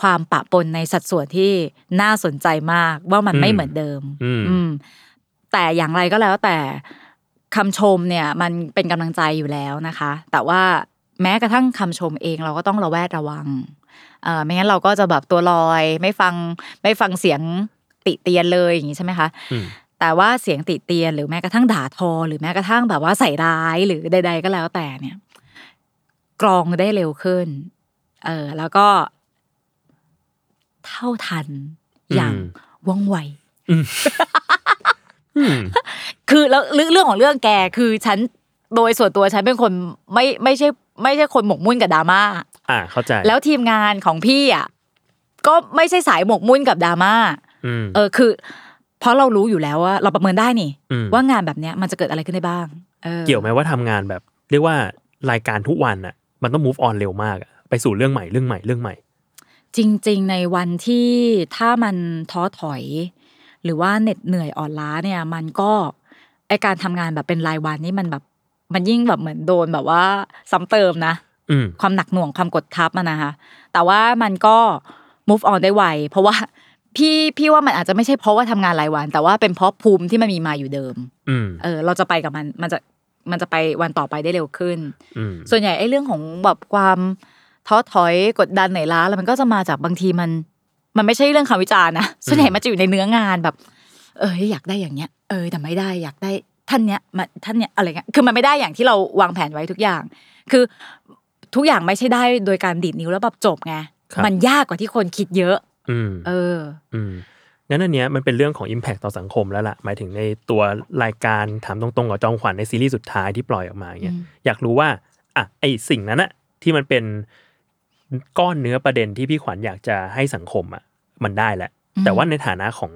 [SPEAKER 3] ความปะปนในสัดส่วนที่น่าสนใจมากว่ามันไม่
[SPEAKER 2] อืม
[SPEAKER 3] เหมือนเดิม
[SPEAKER 2] อืม
[SPEAKER 3] อืม แต่อย่างไรก็แล้วแต่คำชมเนี่ย มันเป็นกำลังใจอยู่แล้วนะคะ แต่ว่าแม้กระทั่งคำชมเองเราก็ต้องระแวดระวังเอ่อไม่งั้นเราก็จะแบบตัวลอย ไม่ฟังไม่ฟังเสียงติเตียนเลยอย่างนี้ใช่ไหมคะ
[SPEAKER 2] อืม
[SPEAKER 3] แต่ว่าเสียงติเตียนหรือแม้กระทั่งด่าทอ หรือแม้กระทั่งแบบว่าใส่ร้ายหรือใด ๆ ก็แล้วแต่เนี่ย กรองได้เร็วขึ้น เออ แล้วก็ เท่าทันอย่าง
[SPEAKER 2] อืม
[SPEAKER 3] ว่องไว
[SPEAKER 2] อืม
[SPEAKER 3] คือแล้วเรื่องเรื่องของเรื่องแกคือฉันโดยส่วนตัวฉันเป็นคนไม่ไม่ใช่ ไม่ใช่คนหมกมุ่นกับดราม่า
[SPEAKER 2] อ่า เข้าใจ
[SPEAKER 3] แล้วทีมงานของพี่อ่ะก็ไม่ใช่สายหมกมุ่นกับดราม่า
[SPEAKER 2] อืม
[SPEAKER 3] เออคือ เพราะเรารู้อยู่แล้วว่าเราประเมินได้นี่
[SPEAKER 2] ม
[SPEAKER 3] ว่างานแบบเนี้ยมันจะเกิดอะไรขึ้นได้บ้างออ
[SPEAKER 2] เกี่ยวไหมว่าทำงานแบบ เรียกว่ารายการทุกวันอะมันต้อง move on เร็วมากอะไปสู่เรื่องใหม่เรื่องใหม่เรื่องใหม่
[SPEAKER 3] จริง ๆ ในวันที่ถ้ามันท้อถอย หรือว่าเหน็ดเหนื่อยอ่อนล้าเนี่ย มันก็ไอการทำงานแบบเป็นรายวันนี่มันแบบ มันยิ่งแบบเหมือนโดนแบบว่าซ้ำเติมนะ
[SPEAKER 2] อืม
[SPEAKER 3] ความหนักหน่วงความกดทับอะนะคะ แต่ว่ามันก็ move on ได้ไว เพราะว่า พี่พี่ว่ามันอาจจะไม่ใช่เพราะว่าทำงานรายวัน แต่ว่าเป็นเพราะภูมิที่มันมีมาอยู่เดิม
[SPEAKER 2] อืม
[SPEAKER 3] เออ เราจะไปกับมันมันจะมันจะไปวันต่อไปได้เร็วขึ้น
[SPEAKER 2] อืม
[SPEAKER 3] ส่วนใหญ่ไอ้เรื่องของแบบความท้อถอยกดดันเหนื่อยล้าแล้วมันก็จะมาจากบางทีมัน มันไม่ใช่เรื่องคำวิจารณ์นะส่วนใหญ่มันจะอยู่ในเนื้องานแบบ เอออยากได้อย่างเนี้ย เออแต่ไม่ได้อยากได้ท่านเนี้ยมาท่านเนี้ยอะไรเงี้ยคือมันไม่ได้อย่างที่เราวางแผนไว้ทุกอย่าง คือทุกอย่างไม่ใช่ได้โดยการดีดนิ้วแล้วแบบจบไง
[SPEAKER 2] ครับ
[SPEAKER 3] มันยากกว่าที่คนคิดเยอะ
[SPEAKER 2] อืม
[SPEAKER 3] เออ
[SPEAKER 2] อืมงั้นอันเนี้ยมันเป็นเรื่องของ Impact ต่อสังคมแล้วล่ะ หมายถึงในตัวรายการถามตรงๆกับจอมขวัญในซีรีส์สุดท้ายที่ปล่อยออกมาเงี้ย
[SPEAKER 3] อืม
[SPEAKER 2] อยากรู้ว่าอ่ะไอสิ่งนั้นอะที่มันเป็นก้อนเนื้อประเด็นที่พี่ขวัญอยากจะให้สังคมอะมันได้แหละ แต่ว่าในฐานะของ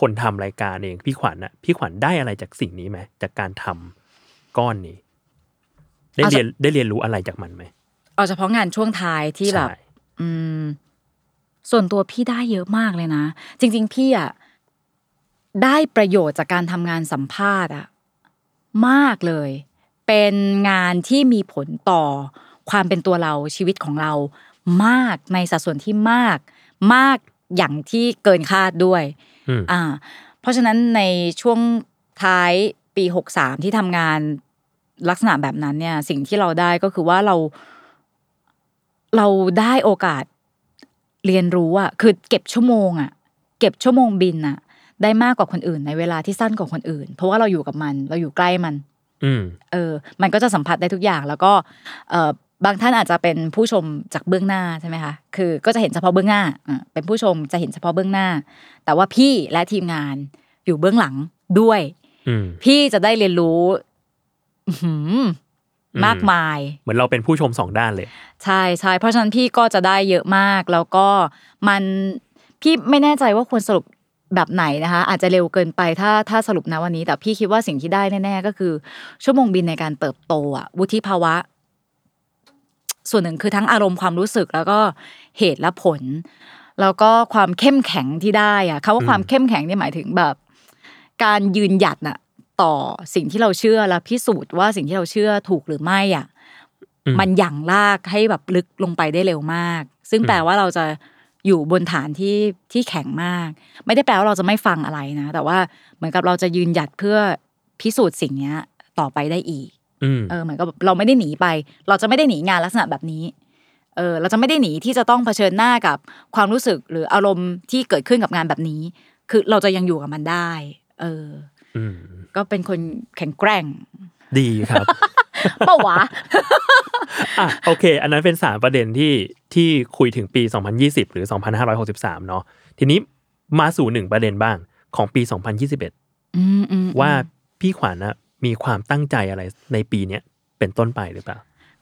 [SPEAKER 2] คนทำรายการเองพี่ขวัญอะพี่ขวัญได้อะไรจากสิ่งนี้ไหมจากการทำก้อนนี้ ได้เรียนได้เรียนรู้อะไรจากมันไหม
[SPEAKER 3] เอาเฉพาะงานช่วงท้ายที่แบบ
[SPEAKER 2] ใช่
[SPEAKER 3] อืมส่วนตัวพี่ได้เยอะมากเลยนะ จริง ๆ พี่อ่ะได้ประโยชน์จากการทำงานสัมภาษณ์อ่ะมากเลย เป็นงานที่มีผลต่อความเป็นตัวเราชีวิตของเรา มากในสัดส่วนที่มาก มากอย่างที่เกินคาดด้วย
[SPEAKER 2] อืม
[SPEAKER 3] อ่า เพราะฉะนั้นในช่วงท้ายปี 63 ที่ทำงานลักษณะแบบนั้นเนี่ย สิ่งที่เราได้ก็คือว่าเรา เราได้โอกาสเรียนรู้อะคือเก็บชั่วโมงอะเก็บชั่วโมงบินอะได้มากกว่าคนอื่น ในเวลาที่สั้นกว่าคนอื่น เพราะว่าเราอยู่กับมัน เราอยู่ใกล้มัน
[SPEAKER 2] อืม
[SPEAKER 3] เออ มันก็จะสัมผัสได้ทุกอย่าง แล้วก็เออบางท่านอาจจะเป็นผู้ชมจากเบื้องหน้าใช่ไหมคะ คือก็จะเห็นเฉพาะเบื้องหน้าอ่ะเป็นผู้ชมจะเห็นเฉพาะเบื้องหน้า แต่ว่าพี่และทีมงานอยู่เบื้องหลังด้วย
[SPEAKER 2] อืม
[SPEAKER 3] พี่จะได้เรียนรู้อื้อหือ
[SPEAKER 2] อืม
[SPEAKER 3] มากมาย
[SPEAKER 2] เหมือนเราเป็นผู้ชมสองด้านเลย
[SPEAKER 3] ใช่ใช่เพราะฉะนั้นพี่ก็จะได้เยอะมากแล้วก็มันพี่ไม่แน่ใจว่าควรสรุปแบบไหนนะคะ อาจจะเร็วเกินไปถ้าถ้าสรุปนะวันนี้ แต่พี่คิดว่าสิ่งที่ได้แน่ๆก็คือ ชั่วโมงบินในการเติบโตอะวุฒิภาวะ ส่วนหนึ่งคือทั้งอารมณ์ความรู้สึกแล้วก็เหตุและผล แล้วก็ความเข้มแข็งที่ได้อะคำว่าความเข้มแข็งเนี่ยหมายถึงแบบ การยืนหยัดน่ะ ต่อสิ่งที่เราเชื่อและพิสูจน์ว่าสิ่งที่เราเชื่อถูกหรือไม่อ่ะ
[SPEAKER 2] อืม
[SPEAKER 3] มันหยั่งลากให้แบบลึกลงไปได้เร็วมาก ซึ่งแปลว่าเราจะอยู่บนฐานที่ที่แข็งมาก ไม่ได้แปลว่าเราจะไม่ฟังอะไรนะ แต่ว่าเหมือนกับเราจะยืนหยัดเพื่อพิสูจน์สิ่งเนี้ย ต่อไปได้อีก
[SPEAKER 2] อืม
[SPEAKER 3] เออเหมือนกับเราไม่ได้หนีไป เราจะไม่ได้หนีงานลักษณะแบบนี้ เออเราจะไม่ได้หนีที่จะต้องเผชิญหน้ากับความรู้สึกหรืออารมณ์ที่เกิดขึ้นกับงานแบบนี้ คือเราจะยังอยู่กับมันได้ เออ
[SPEAKER 2] อืม
[SPEAKER 3] ก็เป็นคนแข็งแกร่ง
[SPEAKER 2] ดีครับ
[SPEAKER 3] เป้าวะ
[SPEAKER 2] อ่ะโอเค อันนั้นเป็นสามประเด็นที่ที่คุยถึงปี 2020 หรือ 2563 เนาะทีนี้มาสู่หนึ่งประเด็นบ้างของปี 2021
[SPEAKER 3] อืมอืม
[SPEAKER 2] ว่าพี่ขวัญนะมีความตั้งใจอะไรในปีเนี้ยเป็นต้นไปหรือเปล่า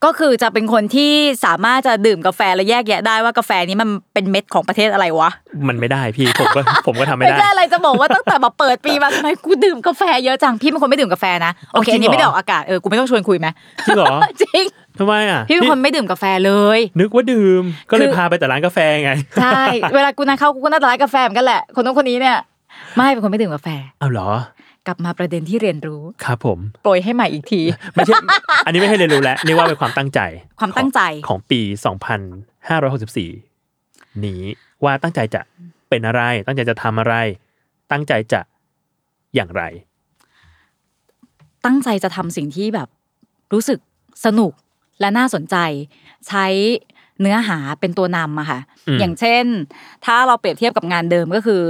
[SPEAKER 3] ก็คือจะเป็นคนที่สามารถจะดื่มกาแฟและแยกแยะได้ว่ากาแฟนี้มันเป็นเม็ดของประเทศอะไรวะ
[SPEAKER 2] มันไม่ได้พี่ ผมก็ ผมก็ทำไม่ได้
[SPEAKER 3] ใช่อะไรจะบอกว่าตั้งแต่แบบเปิดปีมาทำไมกูดื่มกาแฟเยอะจังพี่เป็นคนไม่ดื่มกาแฟนะโอเค
[SPEAKER 2] เอาจริง
[SPEAKER 3] อันนี้ไม่ได้
[SPEAKER 2] เหรอ
[SPEAKER 3] ออกอากาศเออกูไม่ต้องชวนคุยไหม
[SPEAKER 2] จริงเหรอ
[SPEAKER 3] จริง
[SPEAKER 2] ทำไมอ่ะ
[SPEAKER 3] พี่เป็นคนไม่ดื่มกาแฟเลย
[SPEAKER 2] นึกว่าดื่ม ก็เลย
[SPEAKER 3] คือ
[SPEAKER 2] พาไปแต่ร้านกาแฟไง
[SPEAKER 3] ใช่ เวลากูนั่งเข้ากูก็น่าจะร้านกาแฟเหมือนกันแหละ คนนู้นคนนี้เนี่ย ไม่เป็นคนไม่ดื่มกาแฟ
[SPEAKER 2] เอาเหรอก
[SPEAKER 3] ลับมาประเด็นที่เรียนรู้
[SPEAKER 2] ครับผม
[SPEAKER 3] โปรยให้ใหม่อีกที
[SPEAKER 2] ไม่ใช่ อันนี้ไม่ให้เรียนรู้แล้วนี่ว่าเป็นความตั้งใจ
[SPEAKER 3] ความตั้งใจ
[SPEAKER 2] ของของปี 2564 นี้ว่าตั้งใจจะเป็นอะไร ตั้งใจจะทำอะไร ตั้งใจจะอย่างไร
[SPEAKER 3] ตั้งใจจะทำสิ่งที่แบบรู้สึกสนุกและน่าสนใจ ใช้เนื้อหาเป็นตัวนำอะค่ะ
[SPEAKER 2] อืม
[SPEAKER 3] อย่างเช่น ถ้าเราเปรียบเทียบกับงานเดิมก็คือ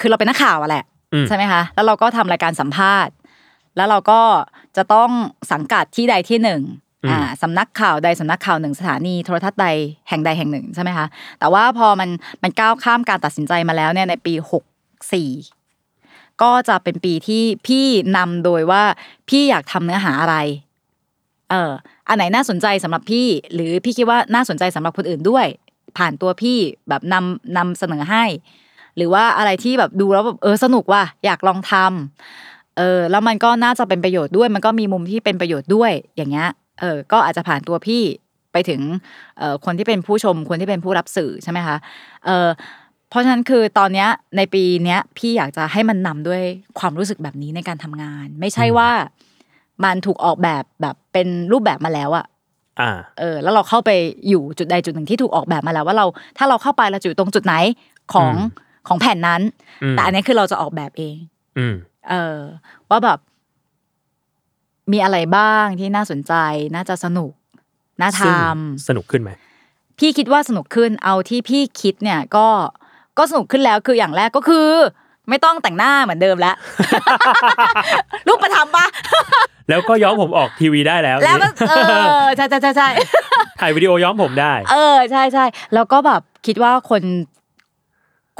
[SPEAKER 3] คือเราเป็นนักข่าวอะแหละ
[SPEAKER 2] อืม
[SPEAKER 3] ใช่ไหมคะ แล้วเราก็ทำรายการสัมภาษณ์ แล้วเราก็จะต้องสังกัดที่ใดที่หนึ่ง อ่าสำนักข่าวใดสำนักข่าวหนึ่งสถานีโทรทัศน์ใดแห่งใดแห่งหนึ่งใช่ไหมคะ แต่ว่าพอมันมันก้าวข้ามการตัดสินใจมาแล้วเนี่ยในปีหกสี่ก็จะเป็นปีที่พี่นำโดยว่าพี่อยากทำเนื้อหาอะไร เอออันไหนน่าสนใจสำหรับพี่ หรือพี่คิดว่าน่าสนใจสำหรับคนอื่นด้วย ผ่านตัวพี่แบบนำนำเสนอให้ หรือว่าอะไรที่แบบดูแล้วแบบเออสนุกว่ะอยากลองทำเออแล้วมันก็น่าจะเป็นประโยชน์ด้วย มันก็มีมุมที่เป็นประโยชน์ด้วยอย่างเงี้ยเออก็อาจจะผ่านตัวพี่ไปถึงเออคนที่เป็นผู้ชมคนที่เป็นผู้รับสื่อใช่ไหมคะเออเพราะฉะนั้นคือตอนเนี้ยในปีเนี้ยพี่อยากจะให้มันนำด้วยความรู้สึกแบบนี้ในการทำงาน ไม่ใช่ว่ามันถูกออกแบบแบบเป็นรูปแบบมาแล้วอะ
[SPEAKER 2] อ่า
[SPEAKER 3] เออแล้วเราเข้าไปอยู่จุดใดจุดหนึ่งที่ถูกออกแบบมาแล้วว่าเราถ้าเราเข้าไปเราจะอยู่ตรงจุดไหนของ
[SPEAKER 2] อืม
[SPEAKER 3] ของแผ่นนั้น
[SPEAKER 2] อืม
[SPEAKER 3] แต่อันนี้คือเราจะออกแบบเอง
[SPEAKER 2] อืม
[SPEAKER 3] เออว่าแบบ มีอะไรบ้างที่น่าสนใจ น่าจะสนุก น่าท
[SPEAKER 2] ซึ่งสนุกขึ้นไหม
[SPEAKER 3] ำพี่คิดว่าสนุกขึ้นเอาที่พี่คิดเนี่ยก็ก็สนุกขึ้นแล้วคืออย่างแรกก็คือ ไม่ต้องแต่งหน้าเหมือนเดิม แล้ว รูปประทับปะ
[SPEAKER 2] แล้วก็ย้อมผมออก ทีวีได้แล้ว
[SPEAKER 3] แล้วก็เออใช่ใช่ใช่ใช่
[SPEAKER 2] ถ่ายวิ ดีโอย้อมผมได้
[SPEAKER 3] เออใช่ใช่แล้วก็แบบคิดว่าคน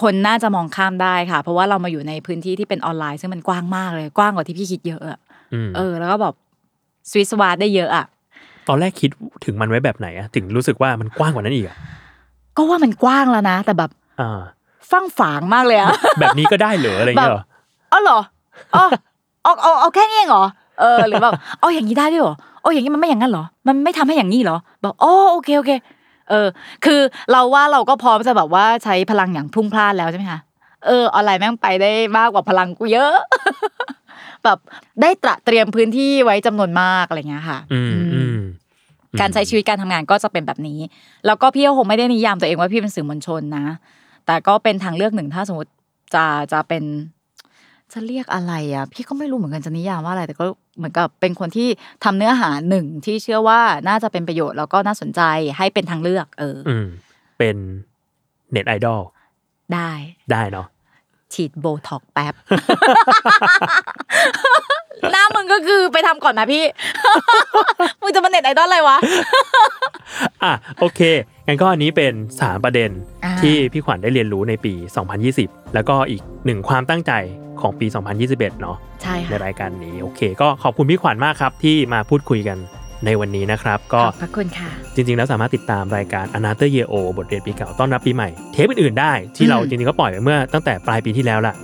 [SPEAKER 3] คนน่าจะมองข้ามได้ค่ะ เพราะว่าเรามาอยู่ในพื้นที่ที่เป็นออนไลน์ ซึ่งมันกว้างมากเลยกว้างกว่าที่พี่คิดเยอะอะ
[SPEAKER 2] อืม
[SPEAKER 3] เออ แล้วก็แบบสวิสวาดได้เยอะอ่ะ
[SPEAKER 2] ตอนแรกคิดถึงมันไว้แบบไหนอะถึงรู้สึกว่ามันกว้างกว่านั้นอีกอะ
[SPEAKER 3] ก็ว่ามันกว้างแล้วนะ แต่แบบ
[SPEAKER 2] อ่า
[SPEAKER 3] ฟั่งฝางมากเลยอะ
[SPEAKER 2] แบบนี้ก็ได้เหรออะไรอย่างเงี้ยเหรอ
[SPEAKER 3] เอ๋อเหรออ๋อเอาเอาเอาแค่นี้เองเหรอเออหรือแบบเอาอย่างนี้ได้ด้วยเหรอเอาอย่างนี้มันไม่อย่างนั้นเหรอ มันไม่ทำให้อย่างนี้เหรอบอกอ๋อโอเคโอเค เออ คือเราว่าเราก็พร้อมจะแบบว่าใช้พลังอย่างพรุ่งพล่านแล้วใช่ไหมคะเออออนไลน์แม่งไปได้มากกว่าพลังกูเยอะ แบบได้ตระเตรียมพื้นที่ไว้จำนวนมากอะไรเงี้ยค่ะ
[SPEAKER 2] อืมอืม
[SPEAKER 3] การใช้ชีวิตการทำงานก็จะเป็นแบบนี้ แล้วก็พี่ก็คงไม่ได้นิยามตัวเองว่าพี่เป็นสื่อมวลชนนะ แต่ก็เป็นทางเลือกหนึ่งถ้าสมมติ จะจะเป็น จะเรียกอะไรอ่ะ พี่ก็ไม่รู้เหมือนกันจะนิยามว่าอะไร แต่ก็เหมือนกับเป็นคนที่ทำเนื้อหาหนึ่งที่เชื่อว่าน่าจะเป็นประโยชน์แล้วก็น่าสนใจให้เป็นทางเลือก เอออ
[SPEAKER 2] อืม เป็นเน็ตไอดอล
[SPEAKER 3] ได้
[SPEAKER 2] ได้เนาะ
[SPEAKER 3] ฉีดโบท็อกแป๊บ หน้ามึงก็คือไปทำก่อนนะพี่ มึงจะมาเน็ตไอดอลอะไรวะ
[SPEAKER 2] อ่ะโอเคงั้นก็อันนี้เป็นสามประเด็น
[SPEAKER 3] อ่า
[SPEAKER 2] ที่พี่ขวัญได้เรียนรู้ในปี 2020 แล้วก็อีกหนึ่งความตั้งใจของปี 2021 เนาะ
[SPEAKER 3] ใช่
[SPEAKER 2] ใน
[SPEAKER 3] ค่ะ
[SPEAKER 2] รายการนี้โอเค ก็ขอบคุณพี่ขวัญมากครับ ที่มาพูดคุยกันในวันนี้นะครับ
[SPEAKER 3] ข
[SPEAKER 2] ก็
[SPEAKER 3] อบพระคุณค่ะ
[SPEAKER 2] จริงๆ แล้วสามารถติดตามรายการ a n o t h e r Year O บทเรียนปีเก่าต้อนรับปีใหม่เทปอื่นๆได้ที่เรา
[SPEAKER 3] อืม
[SPEAKER 2] จริงๆ ก็ปล่อยไปเมื่อตั้งแต่ปลายปีที่แล้วล่ะ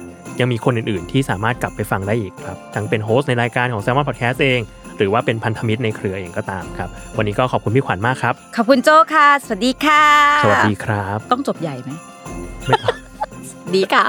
[SPEAKER 2] ยังมีคนอื่นๆ ที่สามารถกลับไปฟังได้อีกครับทั้งเป็นโฮสต์ในรายการของ s ซ l m o n Podcast เอง หรือว่าเป็นพันธมิตรในเครือเองก็ตามครับ วันนี้ก็ขอบคุณพี่ขวัญมากครับ
[SPEAKER 3] ขอบคุณโจค่ะ สวัสดีค่ะ
[SPEAKER 2] สวัสดีครับ
[SPEAKER 3] ต้องจบใหญ่ไหม
[SPEAKER 2] ไม่ต้อง
[SPEAKER 3] ดีค่ะ